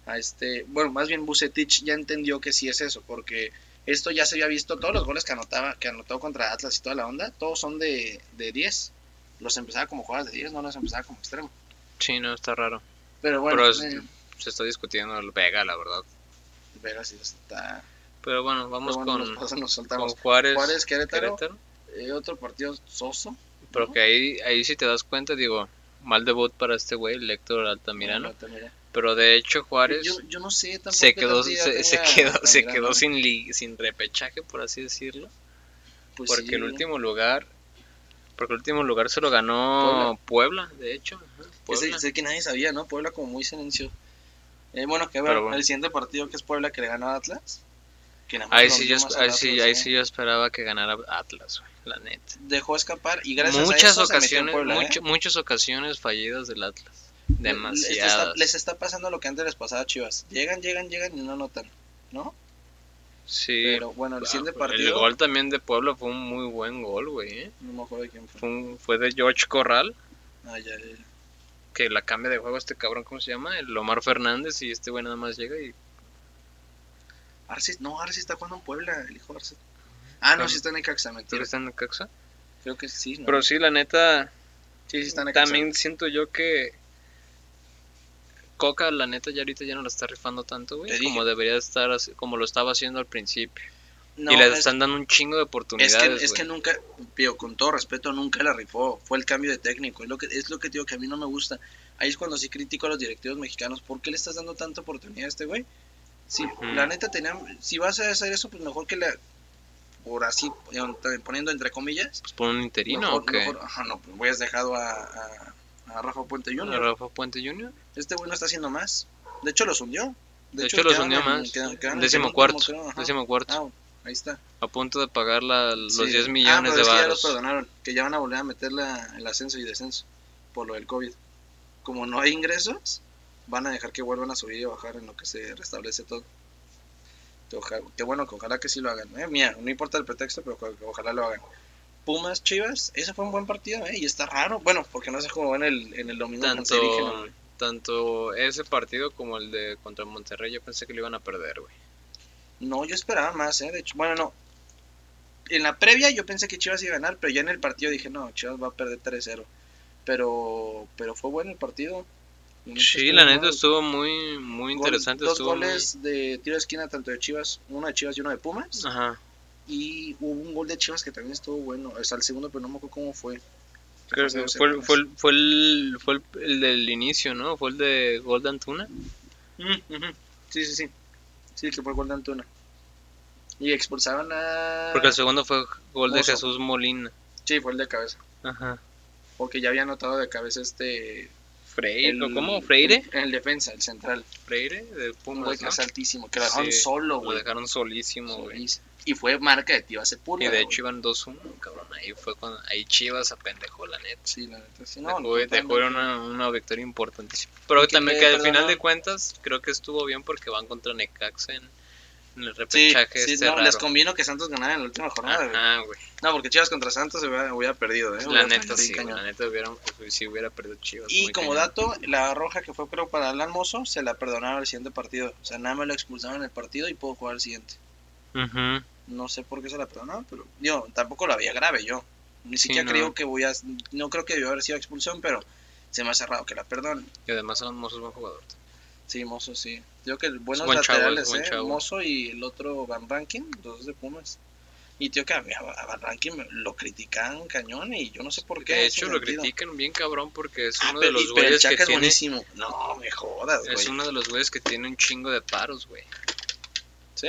[SPEAKER 2] A este bueno, más bien Bucetich ya entendió que sí es eso, porque esto ya se había visto. Todos los goles que, anotaba, que anotó contra Atlas y toda la onda, todos son de, de 10. Los empezaba como jugadas de 10, no los empezaba como extremo.
[SPEAKER 1] Sí, no, está raro.
[SPEAKER 2] Pero bueno,
[SPEAKER 1] Pero es-
[SPEAKER 2] eh,
[SPEAKER 1] Se está discutiendo el Vega, la verdad.
[SPEAKER 2] pero sí está.
[SPEAKER 1] Pero bueno, vamos
[SPEAKER 2] pero bueno,
[SPEAKER 1] con,
[SPEAKER 2] nos, pasa- nos
[SPEAKER 1] con
[SPEAKER 2] saltamos.
[SPEAKER 1] Juárez,
[SPEAKER 2] Juárez, Querétaro,
[SPEAKER 1] Querétaro.
[SPEAKER 2] eh, otro partido soso.
[SPEAKER 1] Pero que ahí, ahí si te das cuenta, digo, mal debut para este güey, el Héctor Altamirano.
[SPEAKER 2] Altamirano.
[SPEAKER 1] Pero de hecho Juárez
[SPEAKER 2] Yo, yo no sé tampoco.
[SPEAKER 1] se
[SPEAKER 2] qué
[SPEAKER 1] quedó,
[SPEAKER 2] tanta idea
[SPEAKER 1] se, se
[SPEAKER 2] tenga
[SPEAKER 1] quedó, se
[SPEAKER 2] Altamirano.
[SPEAKER 1] quedó sin, li- sin repechaje, por así decirlo.
[SPEAKER 2] Pues
[SPEAKER 1] porque
[SPEAKER 2] sí.
[SPEAKER 1] el último lugar, porque el último lugar se lo ganó Puebla, de hecho. ajá,
[SPEAKER 2] Ese,
[SPEAKER 1] Puebla.
[SPEAKER 2] ese que nadie sabía, ¿no? Puebla como muy silencio. Eh, bueno, que a ver,
[SPEAKER 1] Pero bueno.
[SPEAKER 2] el siguiente partido que es Puebla que le ganó a Atlas. Que nada más
[SPEAKER 1] Ahí
[SPEAKER 2] lo
[SPEAKER 1] sí, yo,
[SPEAKER 2] vimos al
[SPEAKER 1] ahí
[SPEAKER 2] Atlas,
[SPEAKER 1] sí, ahí
[SPEAKER 2] ¿eh?
[SPEAKER 1] sí yo esperaba que ganara Atlas, güey, la neta.
[SPEAKER 2] Dejó escapar y gracias a
[SPEAKER 1] muchas
[SPEAKER 2] eso se metió en
[SPEAKER 1] ocasiones,
[SPEAKER 2] Puebla, ¿eh?
[SPEAKER 1] mucho- muchas ocasiones fallidas del Atlas.
[SPEAKER 2] Les está-
[SPEAKER 1] Demasiadas.
[SPEAKER 2] Les está, pasando lo que antes les pasaba a Chivas. Llegan, llegan, llegan y no notan, ¿no?
[SPEAKER 1] Sí.
[SPEAKER 2] Pero bueno, el
[SPEAKER 1] Ah,
[SPEAKER 2] siguiente
[SPEAKER 1] pues,
[SPEAKER 2] partido.
[SPEAKER 1] el gol también de Puebla fue un muy buen gol, güey. ¿eh?
[SPEAKER 2] No me acuerdo de quién fue.
[SPEAKER 1] Fue, un- fue de George Corral,
[SPEAKER 2] Ah, ya, ya, ya.
[SPEAKER 1] que la cambia de juego este cabrón, ¿cómo se llama? El Omar Fernández y este güey nada más llega y...
[SPEAKER 2] Arce, no, Arce está jugando en Puebla, el hijo de Arce. Ah, no,
[SPEAKER 1] Ah.
[SPEAKER 2] sí está en Necaxa,
[SPEAKER 1] ¿Tú
[SPEAKER 2] mentira.
[SPEAKER 1] está en Caxa?
[SPEAKER 2] Creo que sí, ¿no?
[SPEAKER 1] Pero sí, la neta,
[SPEAKER 2] sí, sí está en Necaxa.
[SPEAKER 1] también siento yo que... Coca, la neta, ya ahorita ya no la está rifando tanto,
[SPEAKER 2] Te
[SPEAKER 1] güey.
[SPEAKER 2] dije.
[SPEAKER 1] Como debería estar, así- como lo estaba haciendo al principio.
[SPEAKER 2] No,
[SPEAKER 1] y le
[SPEAKER 2] es-
[SPEAKER 1] están dando un chingo de
[SPEAKER 2] Es
[SPEAKER 1] oportunidades,
[SPEAKER 2] que, es que
[SPEAKER 1] güey.
[SPEAKER 2] nunca, pío, con todo respeto, nunca la rifó. Fue el cambio de técnico. Es lo que, es lo que digo que a mí no me gusta. Ahí es cuando sí critico a los directivos mexicanos. ¿Por qué le estás dando tanta oportunidad a este güey? Si,
[SPEAKER 1] Ujú.
[SPEAKER 2] la neta, tenían, si vas a hacer eso, pues mejor que la. Por así, eh, poniendo entre comillas.
[SPEAKER 1] Pues por un interino
[SPEAKER 2] mejor,
[SPEAKER 1] o qué?
[SPEAKER 2] mejor- ajá, no, pues hubieras dejado a, a- a Rafa Puente Jr.
[SPEAKER 1] Rafa Puente Jr.
[SPEAKER 2] Este güey no está haciendo más. De hecho, los hundió.
[SPEAKER 1] De hecho, los
[SPEAKER 2] quedaron
[SPEAKER 1] hundió
[SPEAKER 2] en-
[SPEAKER 1] más.
[SPEAKER 2] quedaron- quedaron en
[SPEAKER 1] Décimo
[SPEAKER 2] penúltimo,
[SPEAKER 1] cuarto.
[SPEAKER 2] creo, ajá.
[SPEAKER 1] Décimo cuarto.
[SPEAKER 2] Ah, ahí está.
[SPEAKER 1] A punto de pagar la- los
[SPEAKER 2] Sí.
[SPEAKER 1] 10
[SPEAKER 2] Ah, pero
[SPEAKER 1] millones de
[SPEAKER 2] es que ya los
[SPEAKER 1] baros.
[SPEAKER 2] perdonaron, que ya van a volver a meter la- el ascenso y descenso por lo del COVID. Como no hay ingresos, van a dejar que vuelvan a subir y bajar en lo que se restablece todo. Que oja- que bueno, que ojalá que sí lo hagan. ¿eh? Mira, no importa el pretexto, pero que- que ojalá lo hagan. Pumas, Chivas, ese fue un buen partido, ¿eh? Y está raro, bueno, porque no se jugó en el, en el domingo cancerígeno,
[SPEAKER 1] Tanto,
[SPEAKER 2] güey.
[SPEAKER 1] tanto ese partido como el de contra Monterrey, yo pensé que lo iban a perder, güey.
[SPEAKER 2] No, yo esperaba más, ¿eh? De hecho, bueno, no. En la previa yo pensé que Chivas iba a ganar, pero ya en el partido dije, no, Chivas va a perder 3-0. Pero, pero fue bueno el partido. La neta
[SPEAKER 1] Sí,
[SPEAKER 2] estuvo
[SPEAKER 1] la
[SPEAKER 2] bueno.
[SPEAKER 1] neta estuvo muy muy
[SPEAKER 2] Gol-
[SPEAKER 1] interesante.
[SPEAKER 2] Dos
[SPEAKER 1] estuvo muy-
[SPEAKER 2] goles de tiro de esquina, tanto de Chivas, uno de Chivas y uno de Pumas.
[SPEAKER 1] Ajá.
[SPEAKER 2] Y hubo un gol de Chivas que también estuvo bueno. O sea, el segundo, pero no me acuerdo cómo fue.
[SPEAKER 1] Creo que fue, el- fue, el- fue el, fue el, el del inicio, ¿no? Fue el de Gol de Antuna.
[SPEAKER 2] Mm, ujú. Sí, sí, sí. Sí, que fue el gol de Antuna. Y expulsaron a.
[SPEAKER 1] Porque el segundo fue Gol de
[SPEAKER 2] Mozo.
[SPEAKER 1] Jesús Molina.
[SPEAKER 2] Sí, fue el de cabeza.
[SPEAKER 1] Ajá.
[SPEAKER 2] Porque ya había anotado de cabeza este
[SPEAKER 1] Freire,
[SPEAKER 2] el-
[SPEAKER 1] ¿cómo? Freire.
[SPEAKER 2] El, el defensa, el central.
[SPEAKER 1] Freire de
[SPEAKER 2] Un güey
[SPEAKER 1] Pumas.
[SPEAKER 2] que
[SPEAKER 1] ¿no?
[SPEAKER 2] es altísimo, que lo dejaron
[SPEAKER 1] Sí,
[SPEAKER 2] solo,
[SPEAKER 1] Lo
[SPEAKER 2] güey.
[SPEAKER 1] dejaron solísimo, güey.
[SPEAKER 2] Solís. Y fue marca de Tiva
[SPEAKER 1] Y
[SPEAKER 2] Sepúlveda.
[SPEAKER 1] de
[SPEAKER 2] güey.
[SPEAKER 1] hecho iban 2-1, cabrón. Ahí fue cuando. Ahí Chivas apendejó, la neta.
[SPEAKER 2] Sí, la neta, sí, no,
[SPEAKER 1] Dejó, dejó
[SPEAKER 2] totalmente.
[SPEAKER 1] una, una victoria importantísima. Pero
[SPEAKER 2] Y que
[SPEAKER 1] también
[SPEAKER 2] le
[SPEAKER 1] que al
[SPEAKER 2] perdonaron.
[SPEAKER 1] final de cuentas, creo que estuvo bien porque van contra Necaxa en, en el
[SPEAKER 2] Sí,
[SPEAKER 1] repechaje
[SPEAKER 2] sí,
[SPEAKER 1] este
[SPEAKER 2] no,
[SPEAKER 1] raro.
[SPEAKER 2] les convino que Santos ganara en la última jornada, güey.
[SPEAKER 1] Ajá, güey.
[SPEAKER 2] No, porque Chivas contra Santos se hubiera, hubiera perdido, ¿eh?
[SPEAKER 1] La
[SPEAKER 2] Hubiera
[SPEAKER 1] neta,
[SPEAKER 2] perdido
[SPEAKER 1] sí, güey,
[SPEAKER 2] cañón.
[SPEAKER 1] la neta hubiera, sí hubiera perdido Chivas.
[SPEAKER 2] Y
[SPEAKER 1] muy
[SPEAKER 2] como
[SPEAKER 1] cañón.
[SPEAKER 2] dato, la roja que fue creo para Alan Mozo, se la perdonaron al siguiente partido. O sea, nada más lo expulsaron en el partido y pudo jugar el siguiente.
[SPEAKER 1] Ujú.
[SPEAKER 2] No sé por qué se la perdonaron, pero yo tampoco la había grave yo. Ni
[SPEAKER 1] Sí,
[SPEAKER 2] siquiera
[SPEAKER 1] no.
[SPEAKER 2] creo que voy a... No creo que debió haber sido expulsión, pero se me ha cerrado que la perdonen.
[SPEAKER 1] Y además Alan Mozo es buen jugador.
[SPEAKER 2] Sí, Mozo, sí. Digo que buenos
[SPEAKER 1] buen chavo,
[SPEAKER 2] laterales,
[SPEAKER 1] es buen
[SPEAKER 2] ¿eh?
[SPEAKER 1] chavo.
[SPEAKER 2] Mozo y el otro Van Rankin, los dos de Pumas. Y tío que a, mí a a Van Rankin me- lo critican cañón y yo no sé por qué.
[SPEAKER 1] de
[SPEAKER 2] es
[SPEAKER 1] hecho, lo
[SPEAKER 2] metido.
[SPEAKER 1] critican bien cabrón porque es
[SPEAKER 2] Ah,
[SPEAKER 1] uno de
[SPEAKER 2] pero,
[SPEAKER 1] los
[SPEAKER 2] y- pero el
[SPEAKER 1] güeyes que
[SPEAKER 2] Chaca es
[SPEAKER 1] tiene...
[SPEAKER 2] buenísimo. No, me jodas, güey.
[SPEAKER 1] Es uno de los güeyes que tiene un chingo de paros, güey.
[SPEAKER 2] ¿Sí?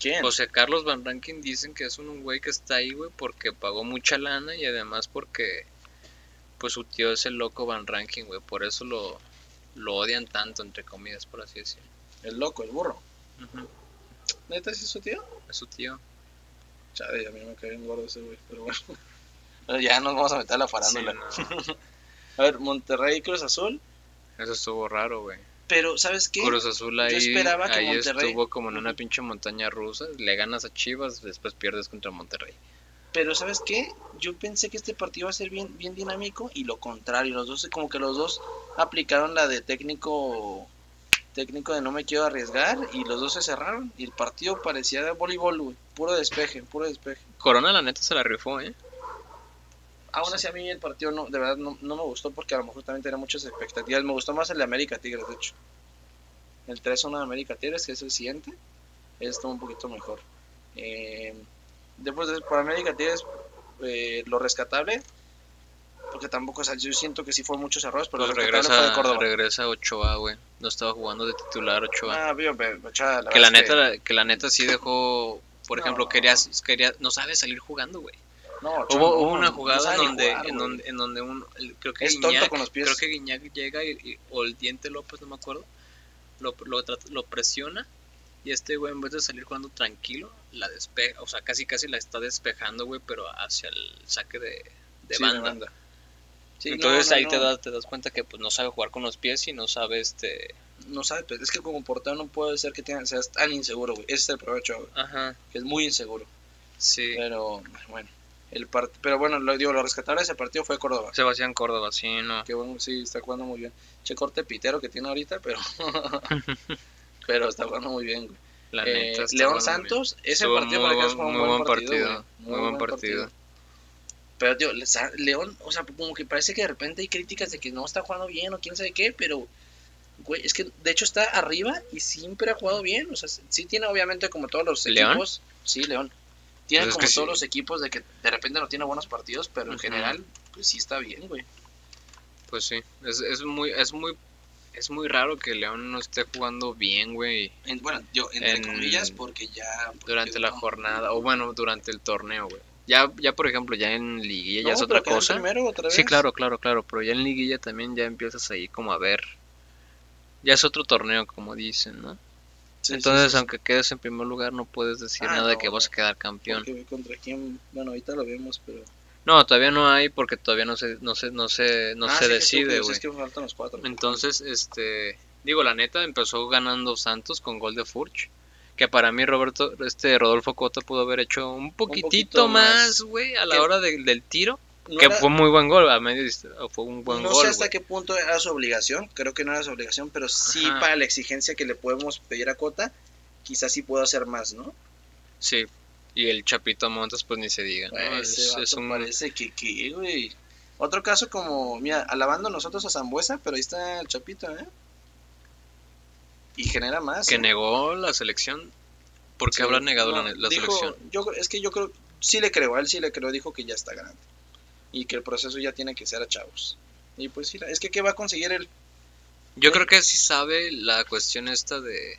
[SPEAKER 2] ¿Quién?
[SPEAKER 1] O sea, Carlos Van Rankin dicen que es un güey que está ahí, güey, porque pagó mucha lana y además porque, pues, su tío es el loco Van Rankin, güey. Por eso lo, lo odian tanto, entre comillas, por así decirlo.
[SPEAKER 2] el loco, el burro.
[SPEAKER 1] Ujú,
[SPEAKER 2] ¿Neta sí es su tío?
[SPEAKER 1] Es su tío.
[SPEAKER 2] Chade, a mí me cae bien gordo ese güey, pero bueno. Pero ya nos vamos a meter a la farándula.
[SPEAKER 1] Sí, no,
[SPEAKER 2] A ver, Monterrey Cruz Azul.
[SPEAKER 1] Eso estuvo raro, güey.
[SPEAKER 2] Pero, ¿sabes qué?
[SPEAKER 1] Cruz Azul ahí,
[SPEAKER 2] esperaba que
[SPEAKER 1] ahí
[SPEAKER 2] Monterrey-
[SPEAKER 1] estuvo como en una
[SPEAKER 2] Ujú.
[SPEAKER 1] pinche montaña rusa. Le ganas a Chivas, después pierdes contra Monterrey.
[SPEAKER 2] Pero ¿sabes qué? Yo pensé que este partido iba a ser bien, bien dinámico y lo contrario, los dos como que los dos aplicaron la de técnico técnico de no me quiero arriesgar y los dos se cerraron y el partido parecía de voleibol, güey, puro despeje, puro despeje.
[SPEAKER 1] Corona, la neta, se la rifó, ¿eh?
[SPEAKER 2] Aún así a mí el partido no, de verdad no, no me gustó porque a lo mejor también tenía muchas expectativas. Me gustó más el de América Tigres, de hecho. El 3-1 de América Tigres, que es el siguiente, ese estuvo un poquito mejor. Eh, después de, por América Tigres, eh, lo rescatable, porque tampoco, o sea, yo siento que sí fueron muchos errores, pero
[SPEAKER 1] Pues
[SPEAKER 2] lo rescatable fue de
[SPEAKER 1] regresa,
[SPEAKER 2] Córdoba.
[SPEAKER 1] regresa Ochoa, güey. No estaba jugando de titular Ochoa.
[SPEAKER 2] Ah, vio, pero, chava,
[SPEAKER 1] que la
[SPEAKER 2] verdad es
[SPEAKER 1] neta, que... la neta sí dejó, por ejemplo,
[SPEAKER 2] No.
[SPEAKER 1] quería, quería, no sabe salir jugando, güey.
[SPEAKER 2] no, chava,
[SPEAKER 1] Hubo,
[SPEAKER 2] no,
[SPEAKER 1] hubo una
[SPEAKER 2] no
[SPEAKER 1] jugada
[SPEAKER 2] sabe
[SPEAKER 1] en,
[SPEAKER 2] ni
[SPEAKER 1] donde,
[SPEAKER 2] jugar,
[SPEAKER 1] en
[SPEAKER 2] güey.
[SPEAKER 1] donde, en donde un, el- creo que
[SPEAKER 2] Es tonto con los pies.
[SPEAKER 1] creo que Guiñac llega y, y- o el diente López, no me acuerdo, lo, lo, trata- lo presiona y este güey en vez de salir jugando tranquilo, la despeja, o sea, casi casi la está despejando, güey, pero hacia el saque de, de
[SPEAKER 2] Sí,
[SPEAKER 1] banda.
[SPEAKER 2] Sí, no,
[SPEAKER 1] Entonces
[SPEAKER 2] no,
[SPEAKER 1] ahí Te,
[SPEAKER 2] no.
[SPEAKER 1] das, te das cuenta que pues no sabe jugar con los pies y no sabe este,
[SPEAKER 2] No sabe, pues, es que como portero no puede ser que tenga, seas tan inseguro, güey. Ese es el problema, chavo, güey,
[SPEAKER 1] ajá,
[SPEAKER 2] que es muy inseguro.
[SPEAKER 1] sí.
[SPEAKER 2] Pero bueno, el part- pero bueno, lo digo, lo rescatable de ese partido fue Córdoba.
[SPEAKER 1] Sebastián Córdoba, sí, no.
[SPEAKER 2] Que bueno, sí, está jugando muy bien. Che corte pitero que tiene ahorita, pero pero está jugando muy bien. güey.
[SPEAKER 1] La
[SPEAKER 2] Eh,
[SPEAKER 1] neta, está
[SPEAKER 2] León
[SPEAKER 1] bueno, güey.
[SPEAKER 2] Santos, ese
[SPEAKER 1] Estuvo
[SPEAKER 2] partido
[SPEAKER 1] muy
[SPEAKER 2] para
[SPEAKER 1] buen-
[SPEAKER 2] fue un
[SPEAKER 1] muy
[SPEAKER 2] buen
[SPEAKER 1] buen
[SPEAKER 2] partido.
[SPEAKER 1] partido,
[SPEAKER 2] güey.
[SPEAKER 1] muy buen partido.
[SPEAKER 2] Pero tío, le sa- León, o sea, como que parece que de repente hay críticas de que no está jugando bien o quién sabe qué, pero güey, es que de hecho está arriba y siempre ha jugado bien, o sea, sí tiene obviamente como todos los
[SPEAKER 1] ¿León?
[SPEAKER 2] equipos, sí, León. Tiene
[SPEAKER 1] Pues es
[SPEAKER 2] como
[SPEAKER 1] que
[SPEAKER 2] todos
[SPEAKER 1] sí.
[SPEAKER 2] los equipos de que de repente no tiene buenos partidos, pero en
[SPEAKER 1] Ujú.
[SPEAKER 2] general pues sí está bien, güey.
[SPEAKER 1] Pues sí, es, es muy, es muy, es muy raro que León no esté jugando bien, güey,
[SPEAKER 2] En- bueno, yo entre
[SPEAKER 1] En-
[SPEAKER 2] comillas porque ya porque
[SPEAKER 1] durante la
[SPEAKER 2] no-
[SPEAKER 1] jornada, o bueno, durante el torneo, güey. Ya, ya por ejemplo, ya en liguilla
[SPEAKER 2] No,
[SPEAKER 1] ya es
[SPEAKER 2] pero
[SPEAKER 1] otra
[SPEAKER 2] quedó
[SPEAKER 1] cosa.
[SPEAKER 2] primero otra
[SPEAKER 1] Sí,
[SPEAKER 2] vez.
[SPEAKER 1] claro, claro, claro, pero ya en liguilla también ya empiezas ahí como a ver. Ya es otro torneo, como dicen, ¿no?
[SPEAKER 2] Sí, sí,
[SPEAKER 1] Entonces,
[SPEAKER 2] sí, sí.
[SPEAKER 1] aunque quedes en primer lugar, no puedes decir
[SPEAKER 2] Ah,
[SPEAKER 1] nada de
[SPEAKER 2] no,
[SPEAKER 1] que vas a quedar campeón.
[SPEAKER 2] Porque ve contra quién, bueno, ahorita lo vemos, pero
[SPEAKER 1] No, todavía no hay porque todavía no se, no se, no se, no
[SPEAKER 2] Ah,
[SPEAKER 1] se
[SPEAKER 2] sí, que tú
[SPEAKER 1] decide,
[SPEAKER 2] dices
[SPEAKER 1] güey.
[SPEAKER 2] que faltan los cuatro.
[SPEAKER 1] Entonces, este, digo, la neta empezó ganando Santos con gol de Furch, que para mí Roberto, este Rodolfo Cota pudo haber hecho un poquitito
[SPEAKER 2] poquito
[SPEAKER 1] más,
[SPEAKER 2] más.
[SPEAKER 1] güey, a la
[SPEAKER 2] Que-
[SPEAKER 1] hora de- del tiro,
[SPEAKER 2] No
[SPEAKER 1] que
[SPEAKER 2] era-
[SPEAKER 1] fue muy buen gol, a medio dist- fue un buen
[SPEAKER 2] no
[SPEAKER 1] gol,
[SPEAKER 2] sé hasta
[SPEAKER 1] güey.
[SPEAKER 2] qué punto era su obligación, creo que no era su obligación, pero sí
[SPEAKER 1] Ajá.
[SPEAKER 2] para la exigencia que le podemos pedir a Cota, quizás sí puedo hacer más, ¿no?
[SPEAKER 1] Sí. Y el Chapito Montes pues ni se diga, ¿no?
[SPEAKER 2] Güey, ese
[SPEAKER 1] Es,
[SPEAKER 2] vato
[SPEAKER 1] es un
[SPEAKER 2] parece que, que, güey. Otro caso como, mira, alabando nosotros a Zambuesa, pero ahí está el Chapito, ¿eh? Y genera más.
[SPEAKER 1] que
[SPEAKER 2] ¿eh?
[SPEAKER 1] negó la selección. ¿Por qué
[SPEAKER 2] Sí,
[SPEAKER 1] habrá negado la,
[SPEAKER 2] no,
[SPEAKER 1] ne- la
[SPEAKER 2] dijo-
[SPEAKER 1] selección?
[SPEAKER 2] Yo, creo- es que yo creo, sí le creo, a él sí le creo, dijo que ya está grande. Y que el proceso ya tiene que ser a chavos. Y pues sí, es que ¿qué va a conseguir él?
[SPEAKER 1] Yo creo que sí sabe la cuestión esta de,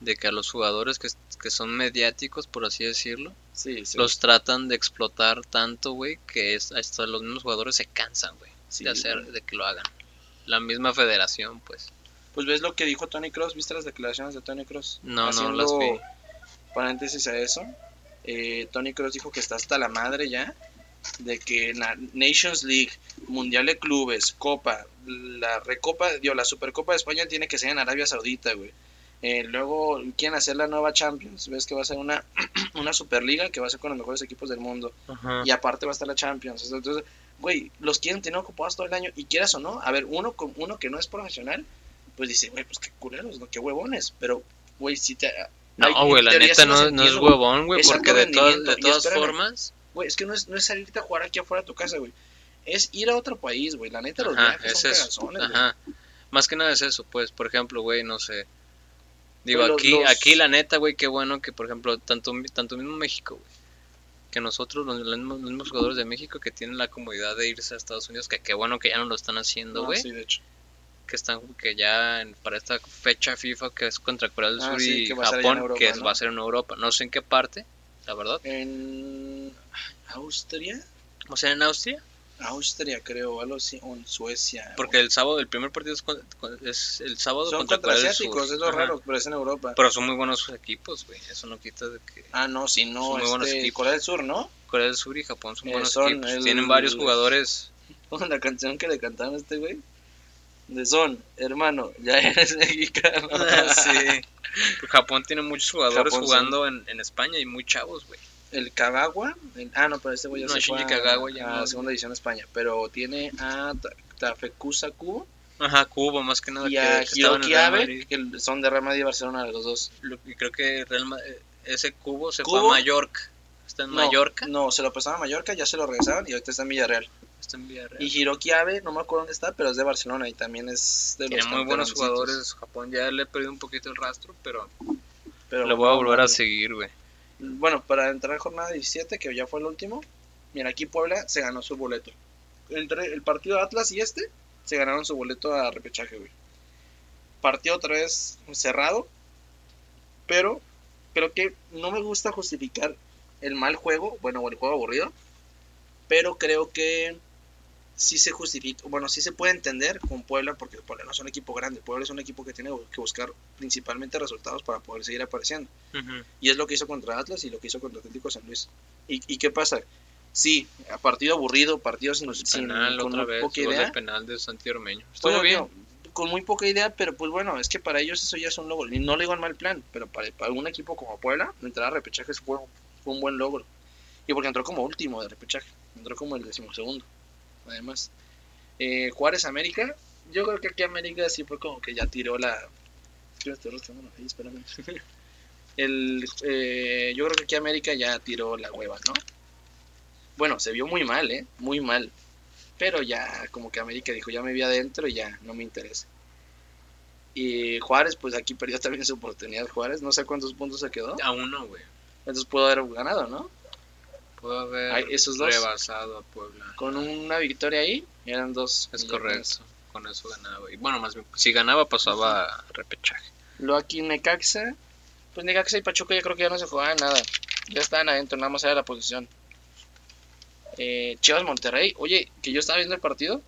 [SPEAKER 1] de que a los jugadores que, que son mediáticos, por así decirlo,
[SPEAKER 2] Sí, sí.
[SPEAKER 1] los tratan de explotar tanto, güey, que es, hasta los mismos jugadores se cansan, güey,
[SPEAKER 2] Sí,
[SPEAKER 1] de hacer,
[SPEAKER 2] güey.
[SPEAKER 1] de que lo hagan. La misma federación, pues.
[SPEAKER 2] Pues ves lo que dijo Tony Cross, ¿viste las declaraciones de Tony Cross?
[SPEAKER 1] No, no, las vi.
[SPEAKER 2] Paréntesis a eso. Eh, Tony Cross dijo que está hasta la madre ya de que la Nations League, Mundial de Clubes, Copa, la Recopa, dio la Supercopa de España tiene que ser en Arabia Saudita, güey. Eh, luego quieren hacer la nueva Champions. Ves que va a ser una, una Superliga que va a ser con los mejores equipos del mundo.
[SPEAKER 1] Ajá.
[SPEAKER 2] Y aparte va a estar la Champions. Entonces, güey, los quieren tener ocupados todo el año. Y quieras o no, a ver, uno, con- uno que no es profesional, pues dice, güey, pues qué culeros, ¿no? qué huevones. Pero, güey, si te. hay-
[SPEAKER 1] No,
[SPEAKER 2] en
[SPEAKER 1] güey, la
[SPEAKER 2] teoría
[SPEAKER 1] neta
[SPEAKER 2] sí los
[SPEAKER 1] no, no es
[SPEAKER 2] entiendo.
[SPEAKER 1] huevón, güey,
[SPEAKER 2] Es
[SPEAKER 1] porque
[SPEAKER 2] alto
[SPEAKER 1] de, todas-
[SPEAKER 2] rendimiento,
[SPEAKER 1] de
[SPEAKER 2] y
[SPEAKER 1] todas
[SPEAKER 2] espérame.
[SPEAKER 1] formas,
[SPEAKER 2] Güey, es que no es, no es salirte a jugar aquí afuera de tu casa, güey. Es ir a otro país, güey. La neta, los
[SPEAKER 1] ajá,
[SPEAKER 2] viajes
[SPEAKER 1] es
[SPEAKER 2] son
[SPEAKER 1] eso.
[SPEAKER 2] cagazones, güey.
[SPEAKER 1] Ajá. Más que nada es eso, pues, por ejemplo, güey, no sé. Digo,
[SPEAKER 2] Güey, Pues los-
[SPEAKER 1] aquí,
[SPEAKER 2] los-
[SPEAKER 1] aquí la neta, güey, qué bueno que, por ejemplo, tanto, mi- tanto mismo México, güey, que nosotros, los, los mismos, los mismos jugadores de México que tienen la comodidad de irse a Estados Unidos, que qué bueno que ya no lo están haciendo,
[SPEAKER 2] No,
[SPEAKER 1] güey,
[SPEAKER 2] sí, de hecho.
[SPEAKER 1] que están, que ya en- para esta fecha FIFA que es contra Corea del
[SPEAKER 2] Ah,
[SPEAKER 1] Sur
[SPEAKER 2] sí,
[SPEAKER 1] y
[SPEAKER 2] que va a ser allá en
[SPEAKER 1] Japón, que
[SPEAKER 2] Europa,
[SPEAKER 1] es-
[SPEAKER 2] ¿no?
[SPEAKER 1] va a ser en Europa, no sé en qué parte, la verdad,
[SPEAKER 2] En Austria,
[SPEAKER 1] o sea, en Austria.
[SPEAKER 2] Austria creo, algo así, o en Suecia.
[SPEAKER 1] Porque el sábado, el primer partido es, con- con- es el sábado
[SPEAKER 2] son
[SPEAKER 1] contra,
[SPEAKER 2] contra
[SPEAKER 1] Corea del Sur.
[SPEAKER 2] asiáticos, es lo
[SPEAKER 1] Ajá.
[SPEAKER 2] raro, pero es en Europa.
[SPEAKER 1] Pero son muy buenos sus equipos, güey. Eso no quita de que
[SPEAKER 2] Ah, no, si no,
[SPEAKER 1] Son muy buenos
[SPEAKER 2] este,
[SPEAKER 1] equipos.
[SPEAKER 2] Corea del Sur, ¿no?
[SPEAKER 1] Corea del Sur y Japón son
[SPEAKER 2] Eh,
[SPEAKER 1] buenos
[SPEAKER 2] son
[SPEAKER 1] equipos.
[SPEAKER 2] el-
[SPEAKER 1] Tienen varios jugadores.
[SPEAKER 2] Con la canción que le cantaron a este güey. De Son, hermano, ya eres mexicano.
[SPEAKER 1] sí. Japón tiene muchos jugadores
[SPEAKER 2] Japón, sí.
[SPEAKER 1] jugando en, en España y muy chavos, güey.
[SPEAKER 2] El Kagawa, el- ah, no, pero este güey ya
[SPEAKER 1] No,
[SPEAKER 2] se fue
[SPEAKER 1] Shinji
[SPEAKER 2] a-
[SPEAKER 1] Kagawa ya
[SPEAKER 2] a
[SPEAKER 1] no.
[SPEAKER 2] segunda división de España, pero tiene a Ta- Tafekusa Kubo
[SPEAKER 1] Ajá, Cuba más que nada.
[SPEAKER 2] y
[SPEAKER 1] Ah, que-
[SPEAKER 2] a
[SPEAKER 1] que estaba en el
[SPEAKER 2] Hiroki
[SPEAKER 1] Real
[SPEAKER 2] Abe,
[SPEAKER 1] Madrid.
[SPEAKER 2] que son de Real Madrid y Barcelona, los dos.
[SPEAKER 1] Lo- Y creo que Real Ma- eh, ese Cubo se fue
[SPEAKER 2] Kubo.
[SPEAKER 1] a Mallorca. Está en
[SPEAKER 2] No,
[SPEAKER 1] Mallorca.
[SPEAKER 2] No, se lo pasaron a Mallorca, ya se lo regresaron y ahorita está en Villarreal.
[SPEAKER 1] Está en Villarreal.
[SPEAKER 2] Y Hiroki Abe, no me acuerdo dónde está, pero es de Barcelona y también es de los
[SPEAKER 1] Tiene muy buenos
[SPEAKER 2] campeoncitos.
[SPEAKER 1] jugadores. Japón ya le he perdido un poquito el rastro, pero
[SPEAKER 2] Pero
[SPEAKER 1] lo voy a
[SPEAKER 2] no,
[SPEAKER 1] volver a
[SPEAKER 2] no.
[SPEAKER 1] seguir, güey.
[SPEAKER 2] Bueno, para entrar a jornada 17, que ya fue el último, mira, aquí Puebla se ganó su boleto. Entre el partido de Atlas y este, se ganaron su boleto a repechaje, güey. Partido otra vez cerrado, pero creo que no me gusta justificar el mal juego, bueno, o el juego aburrido, pero creo que sí se justifica, bueno, sí se puede entender con Puebla, porque Puebla no es un equipo grande, Puebla es un equipo que tiene que buscar principalmente resultados para poder seguir apareciendo.
[SPEAKER 1] Ujú.
[SPEAKER 2] Y es lo que hizo contra Atlas y lo que hizo contra Atlético San Luis. ¿Y, y qué pasa? Sí, a partido aburrido, partido sin, sin-
[SPEAKER 1] penal
[SPEAKER 2] con
[SPEAKER 1] otra
[SPEAKER 2] muy
[SPEAKER 1] vez, gol
[SPEAKER 2] poca idea.
[SPEAKER 1] de penal de Santi Ormeño. Estuvo
[SPEAKER 2] Bueno,
[SPEAKER 1] bien.
[SPEAKER 2] no, con muy poca idea, pero pues bueno, es que para ellos eso ya es un logro. Y no le digo en mal plan, pero para, para un equipo como Puebla, entrar a repechaje fue, fue un buen logro. Y porque entró como último de repechaje, entró como el decimosegundo, además. Eh, Juárez América, yo creo que aquí América sí fue como que ya tiró la... ¿Qué me estoy rascando? Ahí, espérame. El, eh, yo creo que aquí América ya tiró la hueva, ¿no? Bueno, se vio muy mal, ¿eh? Muy mal. Pero ya, como que América dijo, ya me vi adentro y ya, no me interesa. Y Juárez, pues aquí perdió también su oportunidad. Juárez, no sé cuántos puntos se quedó.
[SPEAKER 1] A uno, güey.
[SPEAKER 2] Entonces pudo haber ganado, ¿no?
[SPEAKER 1] Pudo haber
[SPEAKER 2] Ay, esos dos.
[SPEAKER 1] rebasado a Puebla.
[SPEAKER 2] Con una victoria ahí, eran dos.
[SPEAKER 1] Es
[SPEAKER 2] Y ya con
[SPEAKER 1] correcto.
[SPEAKER 2] eso.
[SPEAKER 1] Con eso ganaba. Y bueno, más bien, si ganaba pasaba a repechaje.
[SPEAKER 2] Luego aquí Necaxa. Pues Necaxa y Pachuca yo creo que ya no se jugaban nada. Ya estaban adentro, nada más era la posición. Eh, Chivas Monterrey. Oye, que yo estaba viendo el partido.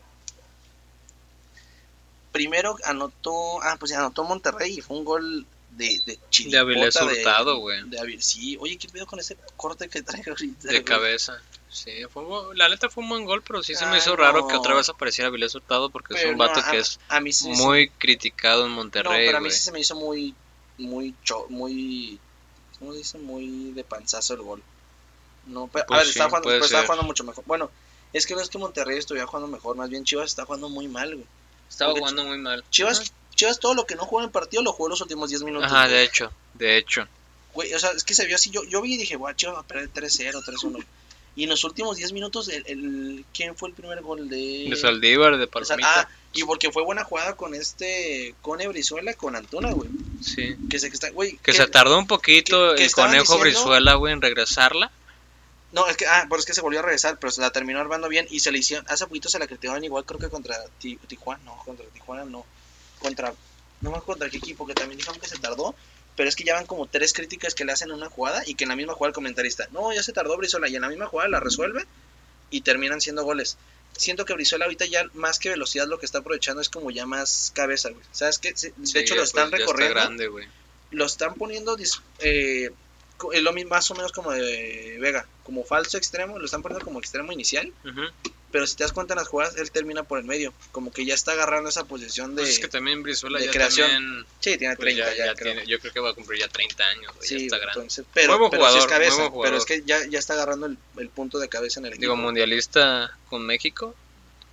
[SPEAKER 2] Primero anotó. Ah, pues anotó Monterrey y fue un gol de, de
[SPEAKER 1] De Avilés
[SPEAKER 2] chiripa, de-
[SPEAKER 1] Hurtado, güey.
[SPEAKER 2] De Avil- sí. Oye, ¿qué pedo con ese corte que trae ahorita?
[SPEAKER 1] De
[SPEAKER 2] güey?
[SPEAKER 1] cabeza. Sí, fue, un bu- la neta fue un buen gol, pero sí se me
[SPEAKER 2] Ay,
[SPEAKER 1] hizo raro
[SPEAKER 2] Ah, no.
[SPEAKER 1] que otra vez apareciera Avilés Hurtado porque es
[SPEAKER 2] Pero
[SPEAKER 1] un vato
[SPEAKER 2] no, a-
[SPEAKER 1] que es
[SPEAKER 2] A mí sí se hizo-
[SPEAKER 1] muy criticado en
[SPEAKER 2] No,
[SPEAKER 1] Monterrey,
[SPEAKER 2] pero a mí
[SPEAKER 1] güey.
[SPEAKER 2] sí se me hizo muy, muy, cho- muy, ¿cómo se dice? Muy de panzazo el gol. No, pero,
[SPEAKER 1] Pues
[SPEAKER 2] a ver,
[SPEAKER 1] sí,
[SPEAKER 2] estaba, jugando,
[SPEAKER 1] puede
[SPEAKER 2] pero estaba
[SPEAKER 1] ser.
[SPEAKER 2] jugando mucho mejor. Bueno, es que no es que Monterrey estuviera jugando mejor, más bien Chivas está jugando muy mal, güey.
[SPEAKER 1] Estaba
[SPEAKER 2] porque
[SPEAKER 1] jugando muy mal.
[SPEAKER 2] Chivas, Chivas todo lo que no jugó en el partido lo jugó los últimos 10
[SPEAKER 1] Ajá.
[SPEAKER 2] minutos.
[SPEAKER 1] Ajá,
[SPEAKER 2] güey.
[SPEAKER 1] de hecho, de hecho.
[SPEAKER 2] Güey, o sea, es que se vio así, yo, yo vi y dije, guau, Chivas va a perder 3-0, 3-1. Y en los últimos 10 minutos, el, el- ¿quién fue el primer gol de...?
[SPEAKER 1] De Saldívar, de
[SPEAKER 2] O sea,
[SPEAKER 1] Palomita.
[SPEAKER 2] ah, y porque fue buena jugada con este, con Brizuela, con Antuna, güey.
[SPEAKER 1] sí.
[SPEAKER 2] Que se, que está, güey,
[SPEAKER 1] Que se tardó un poquito
[SPEAKER 2] que- que
[SPEAKER 1] el
[SPEAKER 2] estaban
[SPEAKER 1] conejo
[SPEAKER 2] diciendo-
[SPEAKER 1] Brizuela, güey, en regresarla.
[SPEAKER 2] No, es que, ah, pero es que se volvió a regresar, pero se la terminó armando bien y se le hicieron, hace poquito se la criticaron igual, creo que contra Ti- Tijuana, no, contra Tijuana no, contra, no más contra qué equipo, que también dijeron que se tardó, pero es que ya van como tres críticas que le hacen en una jugada y que en la misma jugada el comentarista, no, ya se tardó Brizuela y en la misma jugada la resuelve y terminan siendo goles. Siento que Brizuela ahorita ya más que velocidad lo que está aprovechando es como ya más cabeza, güey. ¿Sabes qué? Sí, De
[SPEAKER 1] Sí,
[SPEAKER 2] hecho
[SPEAKER 1] ya,
[SPEAKER 2] lo están
[SPEAKER 1] pues, ya está
[SPEAKER 2] recorriendo
[SPEAKER 1] grande, güey.
[SPEAKER 2] lo están poniendo dis- eh, co- es lo mismo más o menos como de Vega como falso extremo lo están poniendo como extremo inicial
[SPEAKER 1] Ujú.
[SPEAKER 2] Pero si te das cuenta en las jugadas, él termina por el medio. Como que ya está agarrando esa posición de.
[SPEAKER 1] Pues es que también Brizuela
[SPEAKER 2] de
[SPEAKER 1] ya
[SPEAKER 2] creación.
[SPEAKER 1] también.
[SPEAKER 2] sí, tiene
[SPEAKER 1] pues
[SPEAKER 2] 30
[SPEAKER 1] ya,
[SPEAKER 2] ya,
[SPEAKER 1] ya
[SPEAKER 2] creo.
[SPEAKER 1] tiene- yo creo que va a cumplir ya 30 años, güey,
[SPEAKER 2] Sí,
[SPEAKER 1] ya está grande.
[SPEAKER 2] entonces, pero,
[SPEAKER 1] Nuevo
[SPEAKER 2] pero sí es
[SPEAKER 1] jugador,
[SPEAKER 2] cabeza,
[SPEAKER 1] nuevo
[SPEAKER 2] pero es
[SPEAKER 1] jugador.
[SPEAKER 2] que ya, ya está agarrando el, el punto de cabeza en el equipo.
[SPEAKER 1] Digo, mundialista con México,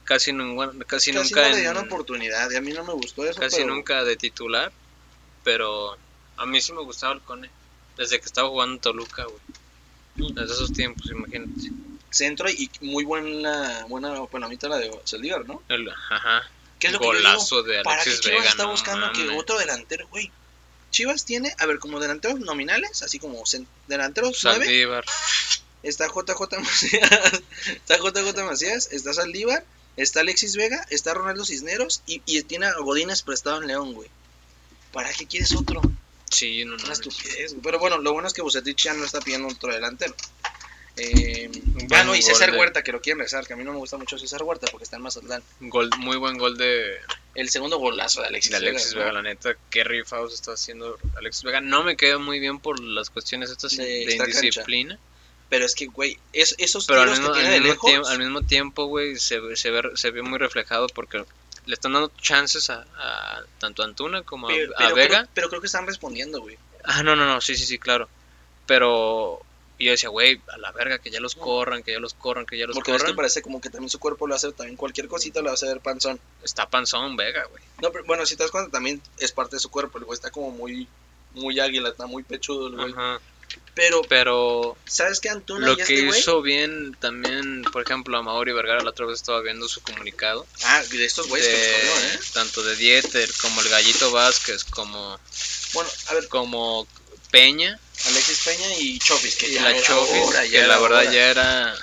[SPEAKER 1] casi, ninguna- casi,
[SPEAKER 2] Casi
[SPEAKER 1] nunca
[SPEAKER 2] no le
[SPEAKER 1] en-
[SPEAKER 2] dieron oportunidad y a mí no me gustó eso.
[SPEAKER 1] casi
[SPEAKER 2] pero-
[SPEAKER 1] nunca de titular, pero a mí sí me gustaba el Cone, desde que estaba jugando en Toluca,
[SPEAKER 2] Mm.
[SPEAKER 1] güey. Desde esos tiempos, imagínate.
[SPEAKER 2] Centro y muy buena, buena bueno, a mí te la de Saldívar, ¿no?
[SPEAKER 1] El- ajá.
[SPEAKER 2] ¿Qué es lo que yo digo?
[SPEAKER 1] Golazo de
[SPEAKER 2] ¿Para qué
[SPEAKER 1] Alexis
[SPEAKER 2] Chivas
[SPEAKER 1] Vega,
[SPEAKER 2] está
[SPEAKER 1] no
[SPEAKER 2] buscando que
[SPEAKER 1] mames.
[SPEAKER 2] otro delantero, güey? Chivas tiene, a ver, como delanteros nominales, así como cen- delanteros nueve,
[SPEAKER 1] Saldívar,
[SPEAKER 2] está JJ Macías, está JJ Macías, está Saldívar, está Alexis Vega, está Ronaldo Cisneros y, y tiene a Godínez prestado en León, güey. ¿Para qué quieres otro?
[SPEAKER 1] sí, no
[SPEAKER 2] Una
[SPEAKER 1] mames.
[SPEAKER 2] estupidez, güey. Pero bueno, lo bueno es que Bucetich ya no está pidiendo otro delantero. Eh,
[SPEAKER 1] buen
[SPEAKER 2] ah, no, y
[SPEAKER 1] gol
[SPEAKER 2] César
[SPEAKER 1] de-
[SPEAKER 2] Huerta, que lo quieren rezar, que a mí no me gusta mucho César Huerta porque está en Mazatlán.
[SPEAKER 1] Gol, muy buen gol de,
[SPEAKER 2] El segundo golazo de Alexis,
[SPEAKER 1] de Alexis Vega,
[SPEAKER 2] Vega. ¿no?
[SPEAKER 1] la neta, qué rifados está haciendo Alexis Vega. No me queda muy bien por las cuestiones estas
[SPEAKER 2] De
[SPEAKER 1] de,
[SPEAKER 2] extra cancha.
[SPEAKER 1] indisciplina,
[SPEAKER 2] Pero es que, güey, es- esos
[SPEAKER 1] pero al
[SPEAKER 2] tiros
[SPEAKER 1] mismo,
[SPEAKER 2] que
[SPEAKER 1] al
[SPEAKER 2] tiene de
[SPEAKER 1] mismo
[SPEAKER 2] lejos,
[SPEAKER 1] tiempo, al mismo tiempo, güey, se, ve- se, ve, se ve muy reflejado porque le están dando chances a, a tanto a Antuna como a,
[SPEAKER 2] pero,
[SPEAKER 1] a
[SPEAKER 2] pero
[SPEAKER 1] Vega.
[SPEAKER 2] Creo, pero creo que están respondiendo, güey.
[SPEAKER 1] Ah, no, no, no, sí, sí, sí, claro. Pero yo decía, güey, a la verga, que ya los corran, que ya los corran, que ya los
[SPEAKER 2] Porque
[SPEAKER 1] corran.
[SPEAKER 2] esto parece como que también su cuerpo lo hace, también cualquier cosita lo hace ver panzón.
[SPEAKER 1] Está panzón Vega, güey.
[SPEAKER 2] No, pero bueno, si te das cuenta, también es parte de su cuerpo. El güey está como muy, muy águila, está muy pechudo, el güey.
[SPEAKER 1] Ajá.
[SPEAKER 2] Pero,
[SPEAKER 1] Pero
[SPEAKER 2] ¿sabes qué, Antuna?
[SPEAKER 1] lo
[SPEAKER 2] y
[SPEAKER 1] que
[SPEAKER 2] este güey?
[SPEAKER 1] hizo bien también, por ejemplo, a Mauri Vergara, la otra vez estaba viendo su comunicado.
[SPEAKER 2] Ah, de estos güeyes que
[SPEAKER 1] de-
[SPEAKER 2] los corrió, ¿eh?
[SPEAKER 1] Tanto de Dieter como el Gallito Vázquez, como,
[SPEAKER 2] Bueno, a ver,
[SPEAKER 1] como Peña.
[SPEAKER 2] Alexis Peña y Chofis, que
[SPEAKER 1] y
[SPEAKER 2] ya
[SPEAKER 1] la
[SPEAKER 2] era
[SPEAKER 1] Chofis,
[SPEAKER 2] hora, ya
[SPEAKER 1] que
[SPEAKER 2] era
[SPEAKER 1] la verdad
[SPEAKER 2] hora.
[SPEAKER 1] ya era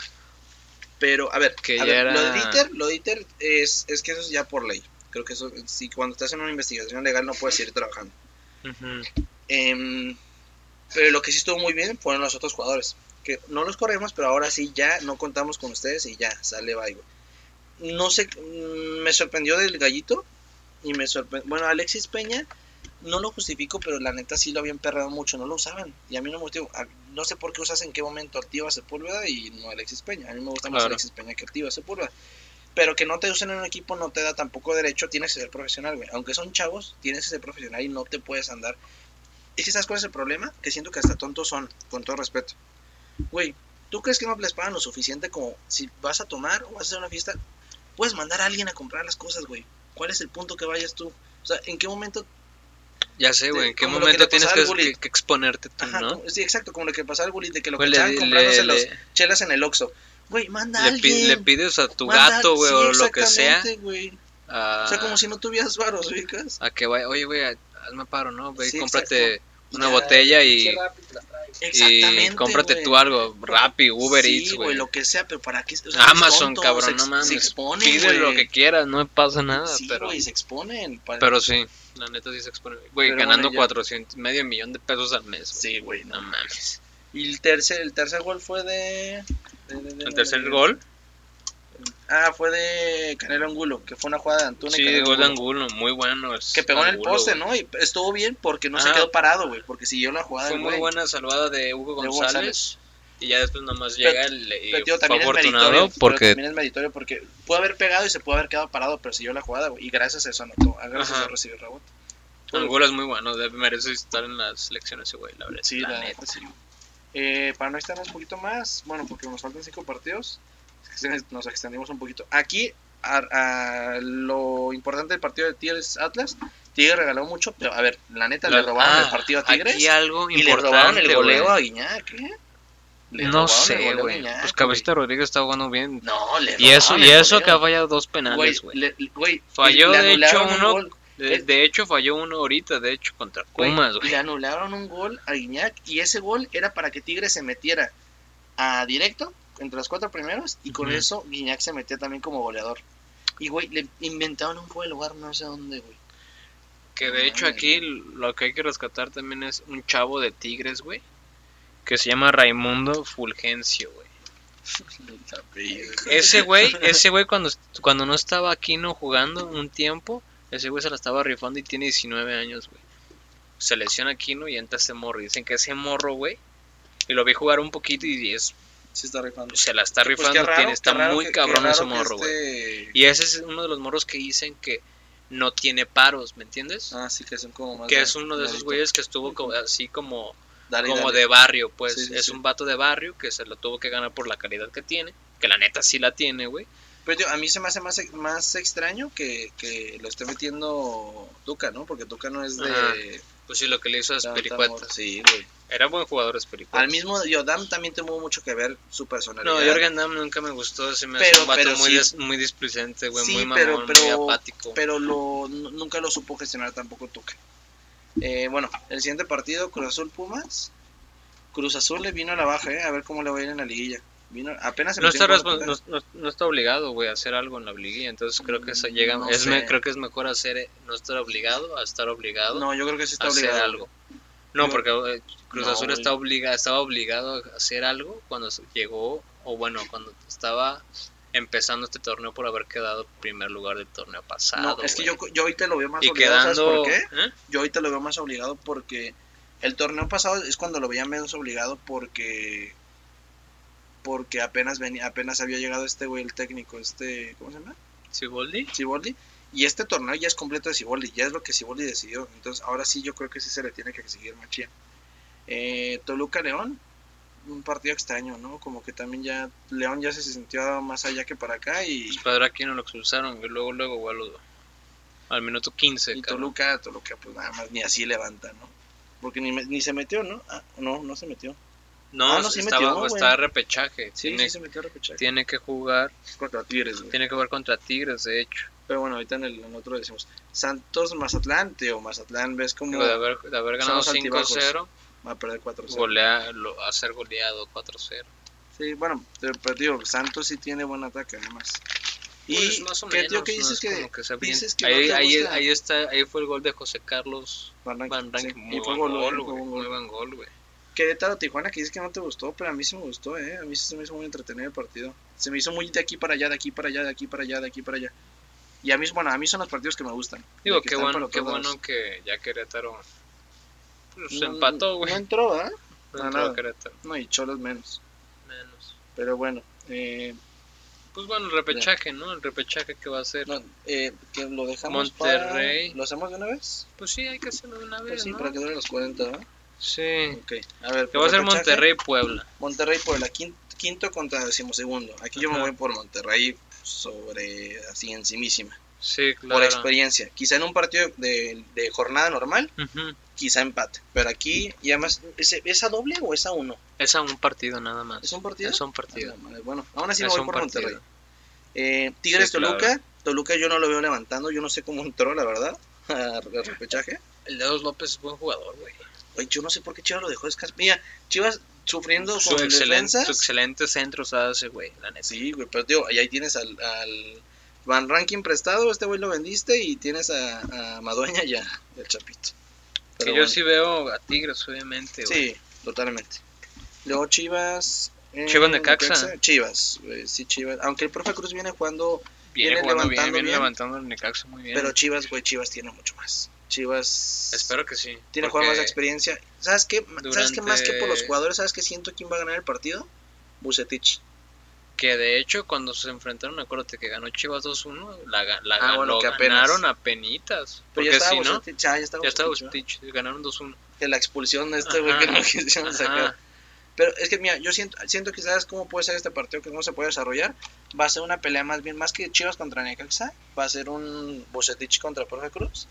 [SPEAKER 2] Pero, a ver,
[SPEAKER 1] que ya
[SPEAKER 2] a ver,
[SPEAKER 1] era-
[SPEAKER 2] lo de Dieter, lo de Dieter es, es que eso es ya por ley. Creo que eso, si cuando estás en una investigación legal no puedes ir trabajando. Em, pero lo que sí estuvo muy bien fueron los otros jugadores. Que no los corremos, pero ahora sí ya no contamos con ustedes y ya, sale bye, güey. No sé, mm, me sorprendió del gallito. Y me sorprendió. Bueno, Alexis Peña, no lo justifico, pero la neta sí lo habían perrado mucho, no lo usaban. Y a mí no me motivo. No sé por qué usas en qué momento activa Sepúlveda y no Alexis Peña. A mí me gusta más
[SPEAKER 1] Claro.
[SPEAKER 2] Alexis Peña que activa Sepúlveda. Pero que no te usen en un equipo no te da tampoco derecho, tienes que ser profesional, güey. Aunque son chavos, tienes que ser profesional y no te puedes andar es que sabes cuál es el problema, que siento que hasta tontos son, con todo respeto. Güey, ¿tú crees que no les pagan lo suficiente como si vas a tomar o vas a hacer una fiesta? Puedes mandar a alguien a comprar las cosas, güey. ¿Cuál es el punto que vayas tú? O sea, ¿en qué momento?
[SPEAKER 1] ya sé, güey,
[SPEAKER 2] Este,
[SPEAKER 1] en qué
[SPEAKER 2] como lo que
[SPEAKER 1] momento
[SPEAKER 2] le
[SPEAKER 1] tienes
[SPEAKER 2] pasaba
[SPEAKER 1] que,
[SPEAKER 2] al bullying.
[SPEAKER 1] que- que exponerte tú,
[SPEAKER 2] Ajá,
[SPEAKER 1] ¿no?
[SPEAKER 2] como- sí, exacto, como lo que pasaba al bullying de que lo que
[SPEAKER 1] Güey, le,
[SPEAKER 2] estaban comprándose
[SPEAKER 1] le-
[SPEAKER 2] las
[SPEAKER 1] le-
[SPEAKER 2] chelas en el Oxxo. Güey, manda a
[SPEAKER 1] le pi-
[SPEAKER 2] alguien.
[SPEAKER 1] le pides a tu
[SPEAKER 2] manda-
[SPEAKER 1] gato, güey,
[SPEAKER 2] sí,
[SPEAKER 1] o lo que sea, Ah.
[SPEAKER 2] exactamente, güey.
[SPEAKER 1] a,
[SPEAKER 2] O sea, como si no tuvieras varos, ubicas.
[SPEAKER 1] a que vaya, oye, güey, hazme paro, ¿no? Ve, y
[SPEAKER 2] Sí,
[SPEAKER 1] cómprate
[SPEAKER 2] Y
[SPEAKER 1] una
[SPEAKER 2] ya,
[SPEAKER 1] botella y,
[SPEAKER 2] Exactamente,
[SPEAKER 1] y cómprate
[SPEAKER 2] güey.
[SPEAKER 1] tú algo, Rappi, Uber
[SPEAKER 2] Sí,
[SPEAKER 1] Eats, güey.
[SPEAKER 2] lo que sea, pero para qué. O sea,
[SPEAKER 1] Amazon,
[SPEAKER 2] tontos, se
[SPEAKER 1] cabrón,
[SPEAKER 2] ex-
[SPEAKER 1] no mames.
[SPEAKER 2] Se exponen,
[SPEAKER 1] Pide
[SPEAKER 2] güey.
[SPEAKER 1] lo que quieras, no pasa nada,
[SPEAKER 2] Sí,
[SPEAKER 1] pero
[SPEAKER 2] güey, se exponen. para-
[SPEAKER 1] pero sí, la neta sí se expone. Güey,
[SPEAKER 2] Pero
[SPEAKER 1] ganando
[SPEAKER 2] bueno, ya.
[SPEAKER 1] 400, medio millón de pesos al mes, güey.
[SPEAKER 2] Sí, güey,
[SPEAKER 1] No
[SPEAKER 2] no.
[SPEAKER 1] mames.
[SPEAKER 2] Y el tercer, el tercer gol fue de. de- de- de-
[SPEAKER 1] El tercer
[SPEAKER 2] de-
[SPEAKER 1] gol
[SPEAKER 2] Ah, fue de Canelo Angulo, que fue una jugada de Antuna. y
[SPEAKER 1] Sí,
[SPEAKER 2] Canelo
[SPEAKER 1] gol de Angulo, muy bueno. es
[SPEAKER 2] Que pegó en el
[SPEAKER 1] Angulo,
[SPEAKER 2] poste,
[SPEAKER 1] güey.
[SPEAKER 2] ¿no? Y estuvo bien porque no se
[SPEAKER 1] Ajá.
[SPEAKER 2] quedó parado, güey, porque siguió la jugada.
[SPEAKER 1] Fue
[SPEAKER 2] del
[SPEAKER 1] muy
[SPEAKER 2] güey.
[SPEAKER 1] buena salvada de Hugo
[SPEAKER 2] De Hugo
[SPEAKER 1] González.
[SPEAKER 2] González.
[SPEAKER 1] Y ya después nomás
[SPEAKER 2] Pero-
[SPEAKER 1] llega el. y
[SPEAKER 2] Pero, tío,
[SPEAKER 1] fue
[SPEAKER 2] también es meritorio.
[SPEAKER 1] afortunado
[SPEAKER 2] pero
[SPEAKER 1] porque.
[SPEAKER 2] También es meritorio porque pudo haber pegado y se pudo haber quedado parado, pero siguió la jugada, güey. Y gracias a eso anotó. ah, Gracias
[SPEAKER 1] Ajá.
[SPEAKER 2] a eso recibió el rebote.
[SPEAKER 1] Angulo es muy bueno, debe- merece estar en la selección ese güey, la verdad.
[SPEAKER 2] Sí,
[SPEAKER 1] la
[SPEAKER 2] la
[SPEAKER 1] neta.
[SPEAKER 2] neta, sí. Eh, para no extendernos un poquito más, bueno, porque nos faltan cinco partidos, es que se- nos extendimos un poquito. Aquí, a- a lo importante del partido de Tigres Atlas, Tigre regaló mucho, pero a ver, la neta le
[SPEAKER 1] La-
[SPEAKER 2] robaron el
[SPEAKER 1] ah,
[SPEAKER 2] partido a Tigres
[SPEAKER 1] Aquí algo
[SPEAKER 2] y le robaron el
[SPEAKER 1] importante,
[SPEAKER 2] goleo
[SPEAKER 1] güey.
[SPEAKER 2] a Guiñac, ¿eh? Le robaron
[SPEAKER 1] No
[SPEAKER 2] el
[SPEAKER 1] sé,
[SPEAKER 2] goleo a
[SPEAKER 1] güey.
[SPEAKER 2] Guiñac,
[SPEAKER 1] Pues Cabecita Rodríguez está jugando bien.
[SPEAKER 2] No, le
[SPEAKER 1] Y eso,
[SPEAKER 2] robaron
[SPEAKER 1] y
[SPEAKER 2] el
[SPEAKER 1] eso que ha
[SPEAKER 2] goleo.
[SPEAKER 1] fallado dos
[SPEAKER 2] Güey,
[SPEAKER 1] penales, güey.
[SPEAKER 2] le- le- güey,
[SPEAKER 1] Falló,
[SPEAKER 2] le
[SPEAKER 1] de hecho,
[SPEAKER 2] anularon un
[SPEAKER 1] uno
[SPEAKER 2] gol,
[SPEAKER 1] De,
[SPEAKER 2] eh,
[SPEAKER 1] de hecho, falló uno ahorita, de hecho, contra
[SPEAKER 2] Güey,
[SPEAKER 1] Pumas, güey.
[SPEAKER 2] Le anularon un gol a Guiñac y ese gol era para que Tigres se metiera a directo entre los cuatro primeros y con
[SPEAKER 1] Ujú.
[SPEAKER 2] eso Guiñac se metía también como goleador. Y güey, le inventaron un fuera de lugar no sé dónde, güey.
[SPEAKER 1] Que de hecho
[SPEAKER 2] Mames,
[SPEAKER 1] aquí lo que hay que rescatar también es un chavo de Tigres, güey. Que se llama Raimundo Fulgencio, güey. Ese güey, ese güey cuando, cuando no estaba Aquino jugando un tiempo, ese güey se la estaba rifando y tiene 19 años, güey. Se lesiona Aquino y entra ese morro. Dicen que ese morro, güey. Y lo vi jugar un poquito y es
[SPEAKER 2] Sí está rifando.
[SPEAKER 1] se la está
[SPEAKER 2] Pues qué
[SPEAKER 1] rifando,
[SPEAKER 2] raro,
[SPEAKER 1] tiene, está
[SPEAKER 2] qué raro
[SPEAKER 1] muy
[SPEAKER 2] que- qué
[SPEAKER 1] cabrón ese
[SPEAKER 2] raro que
[SPEAKER 1] morro, güey.
[SPEAKER 2] este-
[SPEAKER 1] Y ese es uno de los morros que dicen que no tiene paros, ¿me entiendes?
[SPEAKER 2] Ah, sí, que son como más
[SPEAKER 1] que
[SPEAKER 2] de-
[SPEAKER 1] es uno de esos
[SPEAKER 2] Naruto.
[SPEAKER 1] güeyes que estuvo como- así como,
[SPEAKER 2] Dale,
[SPEAKER 1] como
[SPEAKER 2] dale.
[SPEAKER 1] de barrio, pues.
[SPEAKER 2] Sí, sí,
[SPEAKER 1] es
[SPEAKER 2] sí.
[SPEAKER 1] un vato de barrio que se lo tuvo que ganar por la calidad que tiene, que la neta sí la tiene, güey.
[SPEAKER 2] Pero tío, a mí se me hace más, más extraño que, que lo esté metiendo Tuca, ¿no? Porque Tuca no es de...
[SPEAKER 1] Ajá. Pues sí, lo que le hizo a
[SPEAKER 2] Dam- Dam-
[SPEAKER 1] Espiricueta.
[SPEAKER 2] Sí, güey.
[SPEAKER 1] Era buen jugador Espiricueta.
[SPEAKER 2] Al mismo... Yo, Dam también tuvo mucho que ver su personalidad.
[SPEAKER 1] No, Jorgen Damm nunca me gustó, se me hace
[SPEAKER 2] Pero-
[SPEAKER 1] un vato
[SPEAKER 2] pero
[SPEAKER 1] muy,
[SPEAKER 2] sí.
[SPEAKER 1] des- muy displicente, güey,
[SPEAKER 2] Sí,
[SPEAKER 1] muy mamón,
[SPEAKER 2] pero-
[SPEAKER 1] muy
[SPEAKER 2] pero-
[SPEAKER 1] apático.
[SPEAKER 2] Pero lo, nu- nunca lo supo gestionar tampoco Tuca. Eh, bueno, el siguiente partido, Cruz Azul Pumas. Cruz Azul le vino a la baja, ¿eh? A ver cómo le va a ir en la liguilla. Vino, apenas se
[SPEAKER 1] no
[SPEAKER 2] metió
[SPEAKER 1] está,
[SPEAKER 2] en ¿eh? la
[SPEAKER 1] respon-
[SPEAKER 2] primera.
[SPEAKER 1] no, no- no está obligado, güey, a hacer algo en la liguilla, entonces creo que eso llega,
[SPEAKER 2] No
[SPEAKER 1] es me-
[SPEAKER 2] sé.
[SPEAKER 1] creo que es mejor hacer, eh, no estar obligado a estar obligado
[SPEAKER 2] No, yo creo que sí
[SPEAKER 1] a
[SPEAKER 2] está
[SPEAKER 1] hacer
[SPEAKER 2] obligado.
[SPEAKER 1] algo. No,
[SPEAKER 2] Yo-
[SPEAKER 1] porque eh, Cruz
[SPEAKER 2] No,
[SPEAKER 1] Azul
[SPEAKER 2] güey.
[SPEAKER 1] está obliga, estaba obligado a hacer algo cuando se- llegó, o bueno, cuando estaba empezando este torneo por haber quedado primer lugar del torneo pasado.
[SPEAKER 2] No, es que
[SPEAKER 1] güey.
[SPEAKER 2] yo, yo ahorita lo veo más
[SPEAKER 1] y
[SPEAKER 2] obligado, ¿sabes
[SPEAKER 1] quedando...
[SPEAKER 2] por qué?
[SPEAKER 1] ¿eh?
[SPEAKER 2] Yo ahorita lo veo más obligado porque el torneo pasado es cuando lo veía menos obligado porque porque apenas venía, apenas había llegado este güey el técnico, este, ¿cómo se llama?
[SPEAKER 1] ¿Siboldi?
[SPEAKER 2] Siboldi. Y este torneo ya es completo de Siboldi, ya es lo que Siboldi decidió. Entonces ahora sí yo creo que sí se le tiene que exigir machía. Eh, Toluca León, un partido extraño, ¿no? Como que también ya León ya se sintió más allá que para acá y,
[SPEAKER 1] Pues Pedro Aquino lo expulsaron, y luego, luego, güey, al- al minuto 15,
[SPEAKER 2] Y
[SPEAKER 1] cabrón.
[SPEAKER 2] Toluca, Toluca, pues nada más ni así levanta, ¿no? Porque ni, me- ni se metió, ¿no? Ah, no, no se metió.
[SPEAKER 1] No,
[SPEAKER 2] Ah, no, sí
[SPEAKER 1] estaba,
[SPEAKER 2] metió, güey.
[SPEAKER 1] estaba repechaje.
[SPEAKER 2] Sí,
[SPEAKER 1] tiene,
[SPEAKER 2] sí se metió a repechaje.
[SPEAKER 1] tiene que jugar,
[SPEAKER 2] Contra Tigres, güey.
[SPEAKER 1] tiene que jugar contra Tigres, de hecho.
[SPEAKER 2] Pero bueno, ahorita en el en otro decimos Santos Mazatlán, o Mazatlán, ves como
[SPEAKER 1] Digo, de, haber, de haber ganado
[SPEAKER 2] Son los altibajos.
[SPEAKER 1] 5-0,
[SPEAKER 2] va a perder 4-0.
[SPEAKER 1] golea, lo, a ser goleado 4-0.
[SPEAKER 2] Sí, bueno, te- pero digo, Santos sí tiene buen ataque, además. Y
[SPEAKER 1] Pues, más o
[SPEAKER 2] ¿qué, tío,
[SPEAKER 1] menos,
[SPEAKER 2] ¿qué
[SPEAKER 1] no
[SPEAKER 2] dices
[SPEAKER 1] es
[SPEAKER 2] que
[SPEAKER 1] como que sea
[SPEAKER 2] dices
[SPEAKER 1] bien.
[SPEAKER 2] que no
[SPEAKER 1] ahí,
[SPEAKER 2] te
[SPEAKER 1] ahí,
[SPEAKER 2] gusta?
[SPEAKER 1] ahí está, ahí fue el gol de José Carlos
[SPEAKER 2] Van Rankin,
[SPEAKER 1] Van Rankin.
[SPEAKER 2] sí,
[SPEAKER 1] Muy
[SPEAKER 2] y fue
[SPEAKER 1] buen
[SPEAKER 2] gol,
[SPEAKER 1] gol,
[SPEAKER 2] y fue
[SPEAKER 1] güey.
[SPEAKER 2] gol.
[SPEAKER 1] Muy buen gol, güey.
[SPEAKER 2] Querétaro Tijuana que dices que no te gustó, pero a mí sí me gustó, eh. A mí sí se me hizo muy entretenido el partido. Se me hizo muy de aquí para allá, de aquí para allá, de aquí para allá, de aquí para allá. Y a mí, bueno, a mí son los partidos que me gustan.
[SPEAKER 1] Digo,
[SPEAKER 2] de que
[SPEAKER 1] qué
[SPEAKER 2] están
[SPEAKER 1] bueno,
[SPEAKER 2] para
[SPEAKER 1] qué
[SPEAKER 2] todos
[SPEAKER 1] bueno
[SPEAKER 2] lados.
[SPEAKER 1] que ya Querétaro pues, se
[SPEAKER 2] No,
[SPEAKER 1] empató, güey.
[SPEAKER 2] No entró, ¿verdad?
[SPEAKER 1] No,
[SPEAKER 2] no,
[SPEAKER 1] entró
[SPEAKER 2] nada.
[SPEAKER 1] Querétaro.
[SPEAKER 2] No, y Cholos menos.
[SPEAKER 1] Menos.
[SPEAKER 2] Pero bueno, eh,
[SPEAKER 1] Pues bueno, el repechaje, ¿no? El repechaje que va a ser.
[SPEAKER 2] no, eh, que lo dejamos para-
[SPEAKER 1] Monterrey.
[SPEAKER 2] ¿Lo hacemos de una vez?
[SPEAKER 1] Pues sí, hay que hacerlo de una
[SPEAKER 2] Pues
[SPEAKER 1] vez,
[SPEAKER 2] sí,
[SPEAKER 1] ¿no?
[SPEAKER 2] para que duren los 40, ¿verdad?
[SPEAKER 1] Sí.
[SPEAKER 2] Ok, a ver.
[SPEAKER 1] Que va a ser
[SPEAKER 2] repechaje,
[SPEAKER 1] Monterrey Puebla.
[SPEAKER 2] Monterrey por la quinto, quinto contra decimosegundo. Aquí yo me
[SPEAKER 1] Ajá.
[SPEAKER 2] voy por Monterrey sobre, así, encimísima.
[SPEAKER 1] Sí, claro.
[SPEAKER 2] por experiencia. Quizá en un partido de, de jornada normal,
[SPEAKER 1] Ujú.
[SPEAKER 2] quizá empate. Pero aquí, y además, ¿es, es a doble o es a uno?
[SPEAKER 1] Es a un partido nada más.
[SPEAKER 2] ¿Es un partido?
[SPEAKER 1] Es un
[SPEAKER 2] Ah,
[SPEAKER 1] partido.
[SPEAKER 2] la madre. Bueno, aún así me
[SPEAKER 1] Es
[SPEAKER 2] voy
[SPEAKER 1] un
[SPEAKER 2] por
[SPEAKER 1] partido.
[SPEAKER 2] Monterrey. Eh, Tigres
[SPEAKER 1] Sí, claro.
[SPEAKER 2] Toluca. Toluca yo no lo veo levantando. Yo no sé cómo entró, la verdad, al repechaje.
[SPEAKER 1] El Dedos López es buen jugador, güey.
[SPEAKER 2] Oye, yo no sé por qué Chivas lo dejó descansar. Mira, Chivas sufriendo
[SPEAKER 1] Su
[SPEAKER 2] con
[SPEAKER 1] excelente,
[SPEAKER 2] defensas.
[SPEAKER 1] su excelente centro hace, güey. La neta.
[SPEAKER 2] Sí, güey, pero tío, ahí ahí tienes al, al Van Ranking prestado. Este güey lo vendiste y tienes a, a Madueña ya, el chapito.
[SPEAKER 1] que
[SPEAKER 2] Pero
[SPEAKER 1] yo
[SPEAKER 2] bueno.
[SPEAKER 1] sí veo a Tigres, obviamente, güey.
[SPEAKER 2] Sí, totalmente. Luego Chivas. eh,
[SPEAKER 1] Chivas Necaxa.
[SPEAKER 2] Chivas, eh, sí, Chivas. Aunque el profe Cruz viene jugando,
[SPEAKER 1] Viene,
[SPEAKER 2] Viene
[SPEAKER 1] jugando bien,
[SPEAKER 2] levantando
[SPEAKER 1] viene
[SPEAKER 2] bien.
[SPEAKER 1] levantando el Necaxa muy bien.
[SPEAKER 2] pero Chivas, güey, Chivas tiene mucho más. Chivas
[SPEAKER 1] Espero que sí. porque
[SPEAKER 2] tiene jugadores más de experiencia. ¿Sabes qué? ¿Sabes qué más que por los
[SPEAKER 1] durante-
[SPEAKER 2] jugadores? ¿Sabes qué siento quién va a ganar el partido? Bucetich.
[SPEAKER 1] Que de hecho, cuando se enfrentaron, acuérdate que ganó Chivas 2-1. La, ga- la
[SPEAKER 2] Ah,
[SPEAKER 1] gan-
[SPEAKER 2] bueno,
[SPEAKER 1] lo
[SPEAKER 2] que apenas.
[SPEAKER 1] ganaron a penitas.
[SPEAKER 2] Pero
[SPEAKER 1] Porque
[SPEAKER 2] ya estaba
[SPEAKER 1] si no,
[SPEAKER 2] Bucetich. Ah, ya estaba
[SPEAKER 1] ya estaba
[SPEAKER 2] Bucetich, ¿verdad?
[SPEAKER 1] Stitch. Ganaron 2-1.
[SPEAKER 2] Que la expulsión de este güey
[SPEAKER 1] Ajá.
[SPEAKER 2] que no quisieron sacar.
[SPEAKER 1] Ajá.
[SPEAKER 2] Pero es que, mira, yo siento, siento que sabes cómo puede ser este partido, que cómo se puede desarrollar. Va a ser una pelea más bien, más que Chivas contra Necaxa, va a ser un Bucetich contra Profe Cruz.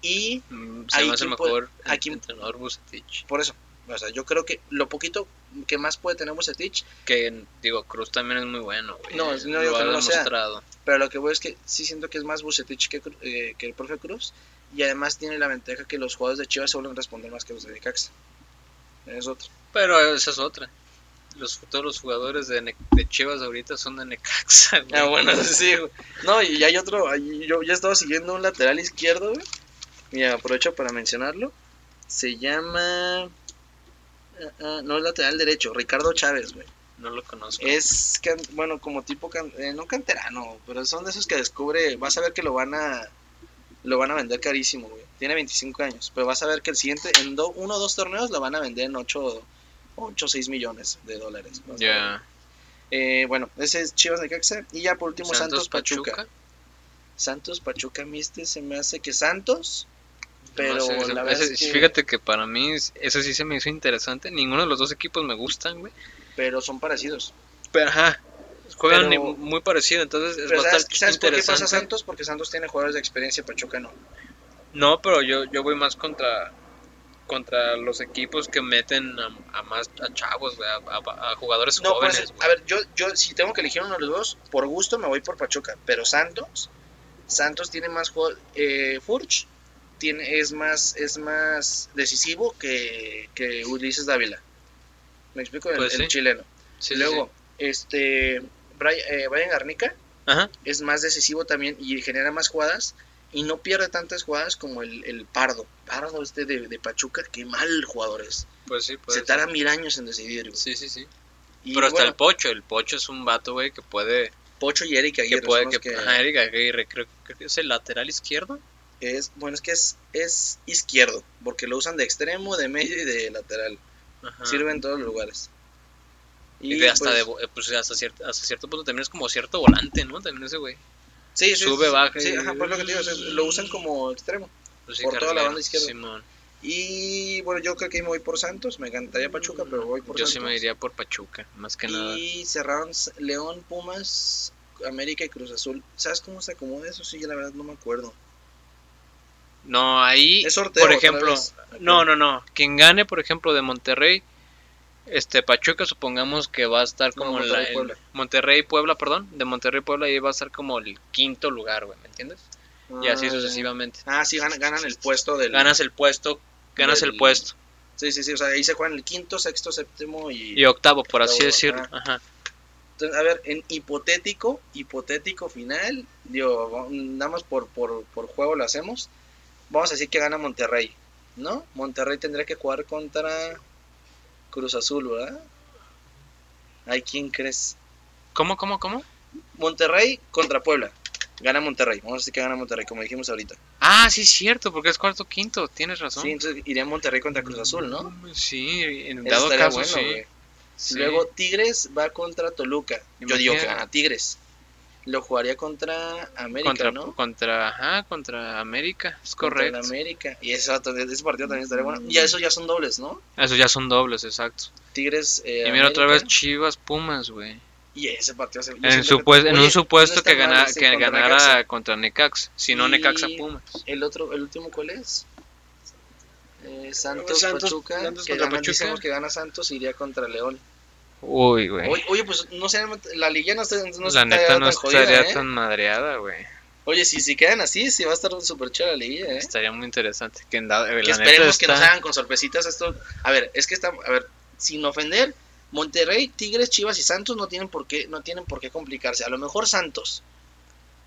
[SPEAKER 2] Y
[SPEAKER 1] Mm, Se
[SPEAKER 2] Ahí
[SPEAKER 1] me hace
[SPEAKER 2] quién puede-
[SPEAKER 1] mejor el
[SPEAKER 2] a quién-
[SPEAKER 1] entrenador Bucetich.
[SPEAKER 2] por eso, o sea, yo creo que lo poquito que más puede tener Bucetich,
[SPEAKER 1] Que digo, Cruz también es muy bueno, güey.
[SPEAKER 2] No, es- no
[SPEAKER 1] Lo
[SPEAKER 2] digo que
[SPEAKER 1] ha
[SPEAKER 2] no lo sea.
[SPEAKER 1] demostrado.
[SPEAKER 2] pero lo que voy es que sí siento que es más Bucetich que, Cru- eh, que el Profe Cruz. Y además tiene la ventaja que los jugadores de Chivas suelen responder más que los de Necaxa. Es otro.
[SPEAKER 1] Pero esa es otra. Los, todos los jugadores de, Ne- de Chivas ahorita son de Necaxa, güey.
[SPEAKER 2] Ah, bueno, sí, güey. No, y hay otro, hay- yo ya estaba siguiendo un lateral izquierdo, güey. Mira, aprovecho para mencionarlo. Se llama... ah, ah, no es lateral derecho, Ricardo Chávez, güey.
[SPEAKER 1] No lo conozco.
[SPEAKER 2] Eh, Es, can- bueno, como tipo, can- eh, no canterano, pero son de esos que descubre, vas a ver que lo van a... Lo van a vender carísimo, güey. Tiene 25 años, pero vas a ver que el siguiente, en do- uno o dos torneos, lo van a vender en 8 8 o 6 millones de dólares.
[SPEAKER 1] Ya.
[SPEAKER 2] más o menos. Eh, bueno, ese es Chivas Necaxa. Y ya por último, Santos, Pachuca. Santos Pachuca, a mí este se me hace que Santos. Pero
[SPEAKER 1] No sé,
[SPEAKER 2] la
[SPEAKER 1] ese-
[SPEAKER 2] verdad
[SPEAKER 1] ese-
[SPEAKER 2] es que-
[SPEAKER 1] Fíjate que para mí es- eso sí se me hizo interesante. Ninguno de los dos equipos me gustan, güey.
[SPEAKER 2] pero son parecidos.
[SPEAKER 1] Pero ajá, juegan
[SPEAKER 2] Pero-
[SPEAKER 1] ni- muy parecido, entonces es
[SPEAKER 2] Pero ¿Sabes,
[SPEAKER 1] bastante
[SPEAKER 2] sabes por qué pasa
[SPEAKER 1] interesante.
[SPEAKER 2] Santos? Porque Santos tiene jugadores de experiencia, Pachuca no.
[SPEAKER 1] No, pero yo, yo voy más contra contra los equipos que meten a, a más a chavos, güey, a, a- a jugadores
[SPEAKER 2] No, pues,
[SPEAKER 1] jóvenes. güey.
[SPEAKER 2] a ver, yo, yo si tengo que elegir uno de los dos, por gusto me voy por Pachuca, pero Santos, Santos tiene más juego, eh, Furch tiene, es más, es más decisivo que, que Ulises Dávila. ¿Me explico? El,
[SPEAKER 1] Pues
[SPEAKER 2] el
[SPEAKER 1] sí.
[SPEAKER 2] chileno.
[SPEAKER 1] Sí, sí,
[SPEAKER 2] Luego,
[SPEAKER 1] sí.
[SPEAKER 2] este Brian, eh, Brian Garnica
[SPEAKER 1] Ajá.
[SPEAKER 2] es más decisivo también y genera más jugadas y no pierde tantas jugadas como el, el Pardo. Pardo este de, de Pachuca, qué mal jugador es.
[SPEAKER 1] Pues sí, pues
[SPEAKER 2] Se tarda mil años en decidir. güey.
[SPEAKER 1] Sí, sí, sí.
[SPEAKER 2] Y
[SPEAKER 1] pero hasta
[SPEAKER 2] bueno,
[SPEAKER 1] el Pocho, el Pocho es un vato, güey, que puede
[SPEAKER 2] Pocho y Erika
[SPEAKER 1] que puede que, ajá, Eric Aguirre, creo, creo que es el lateral izquierdo.
[SPEAKER 2] es bueno es que es, es izquierdo porque lo usan de extremo de medio y de lateral
[SPEAKER 1] Ajá.
[SPEAKER 2] sirve en todos los lugares
[SPEAKER 1] Ah. Y de hasta,
[SPEAKER 2] pues,
[SPEAKER 1] de vo- eh, pues, hasta, cierto, hasta cierto punto también es como cierto volante, ¿no? También ese güey.
[SPEAKER 2] sí, sí,
[SPEAKER 1] sube,
[SPEAKER 2] sí,
[SPEAKER 1] baja
[SPEAKER 2] sí,
[SPEAKER 1] y-
[SPEAKER 2] ajá, pues lo que te digo, o sea, lo usan como extremo
[SPEAKER 1] Pues sí,
[SPEAKER 2] Por toda la
[SPEAKER 1] carrilero,
[SPEAKER 2] banda izquierda.
[SPEAKER 1] Simón.
[SPEAKER 2] y bueno yo creo que me voy por Santos me encantaría Pachuca pero voy por
[SPEAKER 1] Yo
[SPEAKER 2] Santos
[SPEAKER 1] sí me iría por Pachuca, más que nada.
[SPEAKER 2] y cerraron S- León Pumas América y Cruz Azul sabes cómo se acomoda eso sí yo la verdad no me acuerdo
[SPEAKER 1] No, ahí,
[SPEAKER 2] Es sorteo,
[SPEAKER 1] por
[SPEAKER 2] otra
[SPEAKER 1] ejemplo,
[SPEAKER 2] vez.
[SPEAKER 1] no, no, no. Quien gane, por ejemplo, de Monterrey, este Pachuca, supongamos que va a estar
[SPEAKER 2] No,
[SPEAKER 1] como en la,
[SPEAKER 2] Monterrey,
[SPEAKER 1] en
[SPEAKER 2] Puebla.
[SPEAKER 1] Monterrey, Puebla, perdón, de Monterrey, Puebla, ahí va a estar como el quinto lugar, güey, ¿me entiendes? Y así
[SPEAKER 2] Ah,
[SPEAKER 1] sucesivamente.
[SPEAKER 2] ah sí ganan, ganan el puesto del
[SPEAKER 1] Ganas el puesto, ganas el
[SPEAKER 2] del-
[SPEAKER 1] puesto
[SPEAKER 2] sí sí sí o sea ahí se juegan el quinto sexto séptimo
[SPEAKER 1] y octavo, por así
[SPEAKER 2] Octavo,
[SPEAKER 1] decirlo.
[SPEAKER 2] ajá.
[SPEAKER 1] Ajá.
[SPEAKER 2] Entonces, a ver, en hipotético, hipotético final, digo, va- nada más por, por, por juego lo hacemos. Vamos a decir que gana Monterrey, ¿no? Monterrey tendría que jugar contra Cruz Azul, ¿verdad? ¿Hay quién crees?
[SPEAKER 1] ¿Cómo, cómo, cómo?
[SPEAKER 2] Monterrey contra Puebla. Gana Monterrey. Vamos a decir que gana Monterrey, como dijimos ahorita.
[SPEAKER 1] Ah, sí, es cierto, porque es cuarto, quinto, tienes razón. Mm,
[SPEAKER 2] Sí, entonces iría Monterrey contra Cruz Azul, ¿no?
[SPEAKER 1] Sí, en
[SPEAKER 2] Eso
[SPEAKER 1] dado
[SPEAKER 2] estaría
[SPEAKER 1] caso, sí,
[SPEAKER 2] güey.
[SPEAKER 1] sí.
[SPEAKER 2] Luego Tigres va contra Toluca. Yo digo que
[SPEAKER 1] Imagínate.
[SPEAKER 2] gana Tigres. Lo jugaría contra América,
[SPEAKER 1] contra,
[SPEAKER 2] ¿no?
[SPEAKER 1] contra, ajá, contra América, es
[SPEAKER 2] contra el
[SPEAKER 1] correcto. Mm.
[SPEAKER 2] América. Y ese, vato- ese partido también estaría bueno. Ya eso ya son dobles, ¿no?
[SPEAKER 1] Esos ya son dobles, exacto.
[SPEAKER 2] Tigres. eh,
[SPEAKER 1] Y mira otra vez
[SPEAKER 2] América.
[SPEAKER 1] Chivas Pumas, güey.
[SPEAKER 2] Y ese partido se- yo
[SPEAKER 1] En,
[SPEAKER 2] siento que-
[SPEAKER 1] supues- en
[SPEAKER 2] Oye,
[SPEAKER 1] un supuesto
[SPEAKER 2] no está
[SPEAKER 1] que,
[SPEAKER 2] mal
[SPEAKER 1] gana-
[SPEAKER 2] ese
[SPEAKER 1] que
[SPEAKER 2] contra
[SPEAKER 1] ganara
[SPEAKER 2] Necaxa.
[SPEAKER 1] contra Necaxa. Si no,
[SPEAKER 2] Y-
[SPEAKER 1] Necaxa Pumas.
[SPEAKER 2] El otro, el último, ¿cuál es? Eh, Santos,
[SPEAKER 3] Santos-
[SPEAKER 2] Pachuca.
[SPEAKER 3] Santos
[SPEAKER 2] que
[SPEAKER 3] contra
[SPEAKER 2] gana-
[SPEAKER 3] Pachuca.
[SPEAKER 2] decimos que gana Santos iría contra León.
[SPEAKER 1] Uy, güey.
[SPEAKER 2] Oye, oye, pues no sé, la liga no está, no
[SPEAKER 1] la
[SPEAKER 2] está
[SPEAKER 1] neta no
[SPEAKER 2] tan jodida,
[SPEAKER 1] estaría
[SPEAKER 2] ¿eh?
[SPEAKER 1] tan ¿Eh? madreada, güey.
[SPEAKER 2] Oye, si, si quedan así, sí va a estar súper chida la liga, ¿eh?
[SPEAKER 1] Estaría muy interesante. Que, en dado- la
[SPEAKER 2] que
[SPEAKER 1] neta
[SPEAKER 2] esperemos que nos
[SPEAKER 1] está-
[SPEAKER 2] hagan con sorpresitas esto. A ver, es que está, a ver, sin ofender, Monterrey, Tigres, Chivas y Santos no tienen por qué, no tienen por qué complicarse. A lo mejor Santos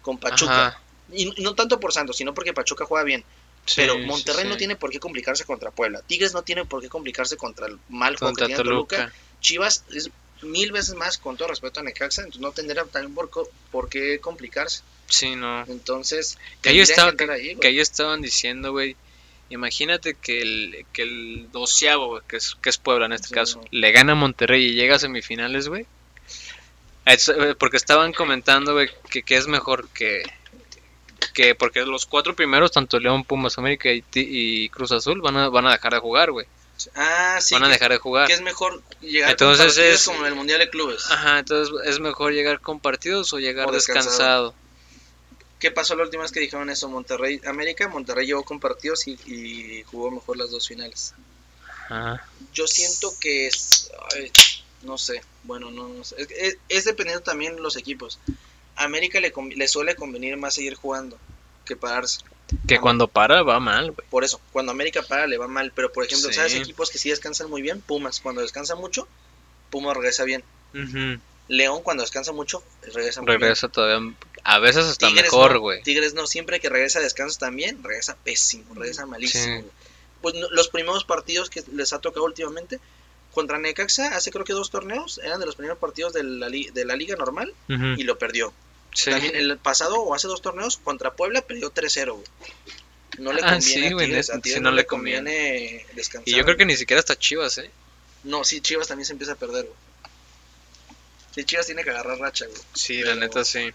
[SPEAKER 2] con Pachuca.
[SPEAKER 1] Ajá,
[SPEAKER 2] Y no tanto por Santos, sino porque Pachuca juega bien.
[SPEAKER 1] sí,
[SPEAKER 2] pero
[SPEAKER 1] sí,
[SPEAKER 2] Monterrey
[SPEAKER 1] sí.
[SPEAKER 2] no tiene por qué complicarse contra Puebla. Tigres no tiene por qué complicarse contra el mal juego
[SPEAKER 1] contra
[SPEAKER 2] que tiene Toluca.
[SPEAKER 1] Toluca.
[SPEAKER 2] Chivas es mil veces más, con todo respeto a Necaxa, entonces no tendría también por, co- por qué complicarse.
[SPEAKER 1] Sí, no.
[SPEAKER 2] Entonces,
[SPEAKER 1] Que ahí,
[SPEAKER 2] tendrían
[SPEAKER 1] estaba-
[SPEAKER 2] entrar
[SPEAKER 1] que,
[SPEAKER 2] ahí, güey.
[SPEAKER 1] que ahí estaban diciendo, güey. Imagínate que el, que el doceavo, güey, que es, que es Puebla en este
[SPEAKER 2] Sí,
[SPEAKER 1] caso,
[SPEAKER 2] no.
[SPEAKER 1] le gana a Monterrey y llega a semifinales, güey. Eso, eh, Porque estaban comentando, güey, que, que es mejor que, que. Porque los cuatro primeros, tanto León, Pumas, América y, Ti- y Cruz Azul, van a, van a dejar de jugar, güey.
[SPEAKER 2] Ah, sí.
[SPEAKER 1] van a
[SPEAKER 2] que-
[SPEAKER 1] dejar de jugar.
[SPEAKER 2] que es mejor llegar
[SPEAKER 1] Entonces
[SPEAKER 2] con partidos
[SPEAKER 1] es-
[SPEAKER 2] como en el mundial de clubes
[SPEAKER 1] Ajá, entonces es mejor llegar con partidos o llegar
[SPEAKER 2] O
[SPEAKER 1] descansado.
[SPEAKER 2] descansado. qué pasó la última vez que dijeron eso Monterrey América Monterrey llegó con partidos y, y jugó mejor las dos finales
[SPEAKER 1] Ajá.
[SPEAKER 2] yo siento que es ay, no sé bueno no, no sé. Es, es- es dependiendo también los equipos América le, conv- le suele convenir más seguir jugando que pararse
[SPEAKER 1] Que
[SPEAKER 2] Ajá.
[SPEAKER 1] cuando para va mal, güey.
[SPEAKER 2] por eso cuando América para le va mal pero por ejemplo
[SPEAKER 1] Sí.
[SPEAKER 2] sabes equipos que sí descansan muy bien Pumas cuando descansa mucho Pumas regresa bien
[SPEAKER 1] Ujú.
[SPEAKER 2] León cuando descansa mucho regresa muy bien.
[SPEAKER 1] Regresa todavía. A veces hasta
[SPEAKER 2] Tigres
[SPEAKER 1] mejor,
[SPEAKER 2] no,
[SPEAKER 1] güey.
[SPEAKER 2] Tigres no, siempre que regresa a descanso también, regresa pésimo, regresa malísimo.
[SPEAKER 1] Sí.
[SPEAKER 2] güey. Pues no- los primeros partidos que les ha tocado últimamente, contra Necaxa, hace creo que dos torneos, eran de los primeros partidos de la, li- de la liga normal
[SPEAKER 1] Ujú.
[SPEAKER 2] y lo perdió.
[SPEAKER 1] Mm. Sí.
[SPEAKER 2] También el pasado o hace dos torneos, contra Puebla perdió 3-0. güey. No le
[SPEAKER 1] Ah,
[SPEAKER 2] conviene
[SPEAKER 1] sí,
[SPEAKER 2] a
[SPEAKER 1] güey,
[SPEAKER 2] Tigres, a
[SPEAKER 1] neta,
[SPEAKER 2] Tigres
[SPEAKER 1] sí,
[SPEAKER 2] no,
[SPEAKER 1] no
[SPEAKER 2] le
[SPEAKER 1] le conviene.
[SPEAKER 2] conviene descansar.
[SPEAKER 1] Y yo creo que ni siquiera hasta Chivas, ¿eh?
[SPEAKER 2] No, sí, Chivas también se empieza a perder, güey. Sí, Chivas tiene que agarrar racha, güey.
[SPEAKER 1] Sí,
[SPEAKER 2] Pero-
[SPEAKER 1] la neta sí.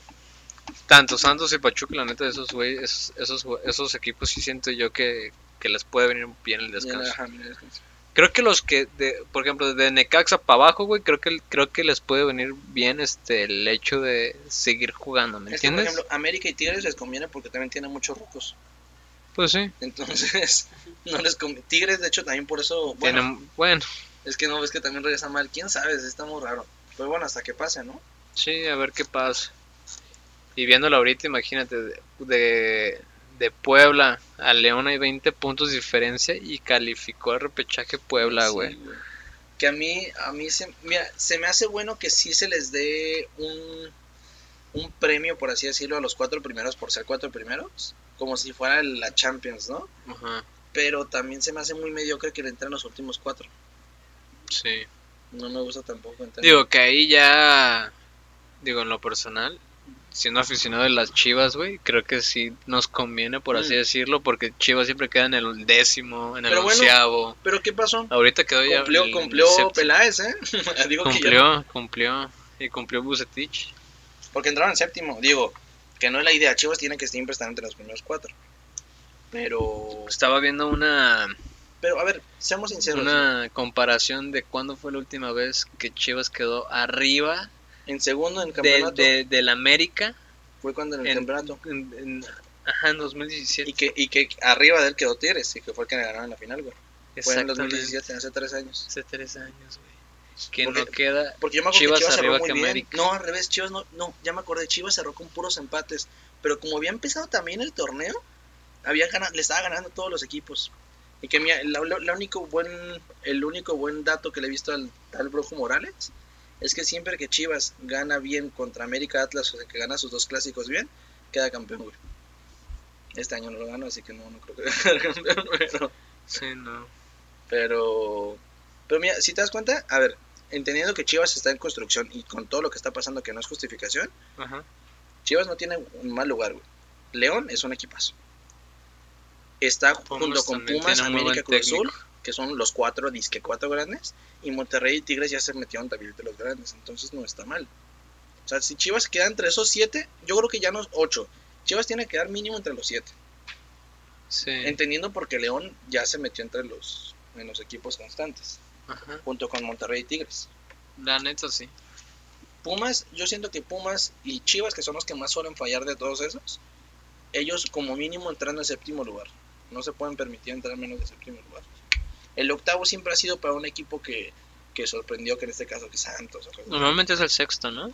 [SPEAKER 1] Tanto Santos y Pachuca, la neta, esos, güey, esos, esos, güey- esos equipos sí siento yo que, que les puede venir bien el
[SPEAKER 2] Viene-
[SPEAKER 1] descanso.
[SPEAKER 2] ajá, viene el descanso.
[SPEAKER 1] Creo que los que, de, por ejemplo, de Necaxa para abajo, güey, creo que, creo que les puede venir bien este el hecho de seguir jugando, ¿me
[SPEAKER 2] Es que, por
[SPEAKER 1] entiendes?
[SPEAKER 2] ejemplo, América y Tigres les conviene porque también tienen muchos rucos.
[SPEAKER 1] pues sí.
[SPEAKER 2] Entonces, no les conviene. Tigres, de hecho, también por eso. Bueno,
[SPEAKER 1] Tienen, bueno,
[SPEAKER 2] es que no ves que también regresa mal. ¿Quién sabe? Está muy raro. Pero bueno, hasta que pase, ¿no?
[SPEAKER 1] sí, a ver qué pasa. Y viéndolo ahorita, imagínate, de, de, de Puebla a León hay 20 puntos de diferencia y calificó al repechaje Puebla,
[SPEAKER 2] Sí,
[SPEAKER 1] güey.
[SPEAKER 2] Que a mí, a mí se, mira, se me hace bueno que sí se les dé un, un premio, por así decirlo, a los cuatro primeros por ser cuatro primeros, como si fuera la Champions, ¿no?
[SPEAKER 1] Ajá,
[SPEAKER 2] Pero también se me hace muy mediocre que le entren los últimos cuatro.
[SPEAKER 1] sí.
[SPEAKER 2] No me gusta tampoco entrar.
[SPEAKER 1] Digo que ahí ya, digo en lo personal, siendo aficionado de las Chivas, güey, creo que sí nos conviene, por así
[SPEAKER 2] Mm.
[SPEAKER 1] decirlo, porque Chivas siempre queda en el décimo, en el
[SPEAKER 2] Pero bueno,
[SPEAKER 1] onceavo.
[SPEAKER 2] Pero ¿qué pasó?
[SPEAKER 1] Ahorita quedó ya.
[SPEAKER 2] Cumplió,
[SPEAKER 1] en el
[SPEAKER 2] cumplió
[SPEAKER 1] séptimo.
[SPEAKER 2] Peláez, ¿eh? Digo que ya-
[SPEAKER 1] Cumplió, cumplió. Y cumplió Bucetich.
[SPEAKER 2] porque entraron en séptimo. Digo, que no es la idea. Chivas tiene que siempre estar entre los primeros cuatro. Pero,
[SPEAKER 1] Estaba viendo una,
[SPEAKER 2] pero a ver, seamos sinceros.
[SPEAKER 1] una comparación de cuándo fue la última vez que Chivas quedó arriba
[SPEAKER 2] En segundo en
[SPEAKER 1] del
[SPEAKER 2] el campeonato
[SPEAKER 1] de, del América.
[SPEAKER 2] fue cuando en el
[SPEAKER 1] en-
[SPEAKER 2] campeonato.
[SPEAKER 1] En, en- ajá, en 2017.
[SPEAKER 2] Y que, y que arriba de él quedó Tigres, y que fue el que le ganaron la final, güey. Fue en el
[SPEAKER 1] Exactamente.
[SPEAKER 2] 2017, hace tres años.
[SPEAKER 1] Hace tres años, güey. Que
[SPEAKER 2] Porque-
[SPEAKER 1] no queda
[SPEAKER 2] Porque yo me acuerdo
[SPEAKER 1] Chivas
[SPEAKER 2] que Chivas cerró
[SPEAKER 1] arriba
[SPEAKER 2] muy
[SPEAKER 1] que
[SPEAKER 2] bien.
[SPEAKER 1] América.
[SPEAKER 2] No, al revés, Chivas no, no, ya me acordé, Chivas cerró con puros empates. Pero como había empezado también el torneo, había gana- le estaba ganando a todos los equipos. Y que mira, la- la- la único buen, el único buen dato que le he visto al tal Brujo Morales es que siempre que Chivas gana bien contra América Atlas, o sea, que gana sus dos clásicos bien, queda campeón, güey. Este año no lo gano, así que no, no creo que quede campeón, pero...
[SPEAKER 1] Sí, no.
[SPEAKER 2] Pero, pero mira, si te das cuenta, a ver, entendiendo que Chivas está en construcción y con todo lo que está pasando que no es justificación,
[SPEAKER 1] Ajá.
[SPEAKER 2] Chivas no tiene un mal lugar, güey. León es un equipazo. Está junto con
[SPEAKER 1] también
[SPEAKER 2] Pumas,
[SPEAKER 1] tiene muy buen
[SPEAKER 2] América Cruz
[SPEAKER 1] técnico.
[SPEAKER 2] Azul, que son los cuatro, disque cuatro grandes, y Monterrey y Tigres ya se metieron también de los grandes, entonces no está mal. O sea, si Chivas queda entre esos siete, yo creo que ya no es ocho. Chivas tiene que quedar mínimo entre los siete.
[SPEAKER 1] Sí.
[SPEAKER 2] Entendiendo porque León ya se metió entre los, en los equipos constantes
[SPEAKER 1] Ajá.
[SPEAKER 2] junto con Monterrey y Tigres.
[SPEAKER 1] La neta sí.
[SPEAKER 2] Pumas, yo siento que Pumas y Chivas, que son los que más suelen fallar de todos esos, ellos como mínimo entran en séptimo lugar. No se pueden permitir entrar menos de séptimo lugar. El octavo siempre ha sido para un equipo que, que sorprendió, que en este caso que Santos.
[SPEAKER 1] Normalmente es el sexto, ¿no?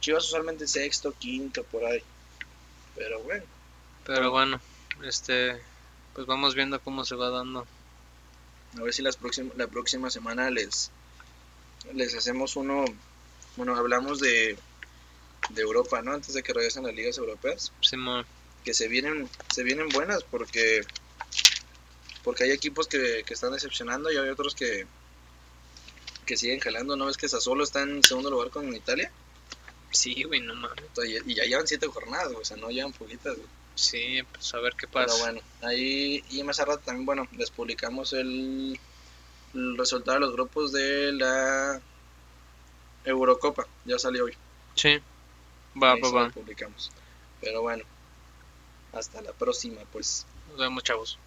[SPEAKER 2] Chivas usualmente sexto, quinto, por ahí. Pero bueno,
[SPEAKER 1] Pero bueno, este, pues vamos viendo cómo se va dando.
[SPEAKER 2] a ver si las próxim- la próxima semana les, les hacemos uno, bueno, hablamos de, de Europa, ¿no? Antes de que regresen las ligas europeas.
[SPEAKER 1] Simón.
[SPEAKER 2] que se vienen se vienen buenas porque porque hay equipos que, que están decepcionando y hay otros que que siguen jalando no ves que Sassuolo está en segundo lugar con Italia
[SPEAKER 1] Sí, güey, no mames.
[SPEAKER 2] O sea, y, y ya llevan siete jornadas güey, o sea no llevan poquitas güey.
[SPEAKER 1] Sí, pues a ver qué
[SPEAKER 2] pero
[SPEAKER 1] pasa.
[SPEAKER 2] bueno ahí y más a rato también bueno les publicamos el, el resultado de los grupos de la Eurocopa ya salió hoy
[SPEAKER 1] Sí. Va,
[SPEAKER 2] Ahí
[SPEAKER 1] va,
[SPEAKER 2] se lo
[SPEAKER 1] va.
[SPEAKER 2] publicamos pero bueno hasta la próxima pues
[SPEAKER 1] Nos vemos, chavos.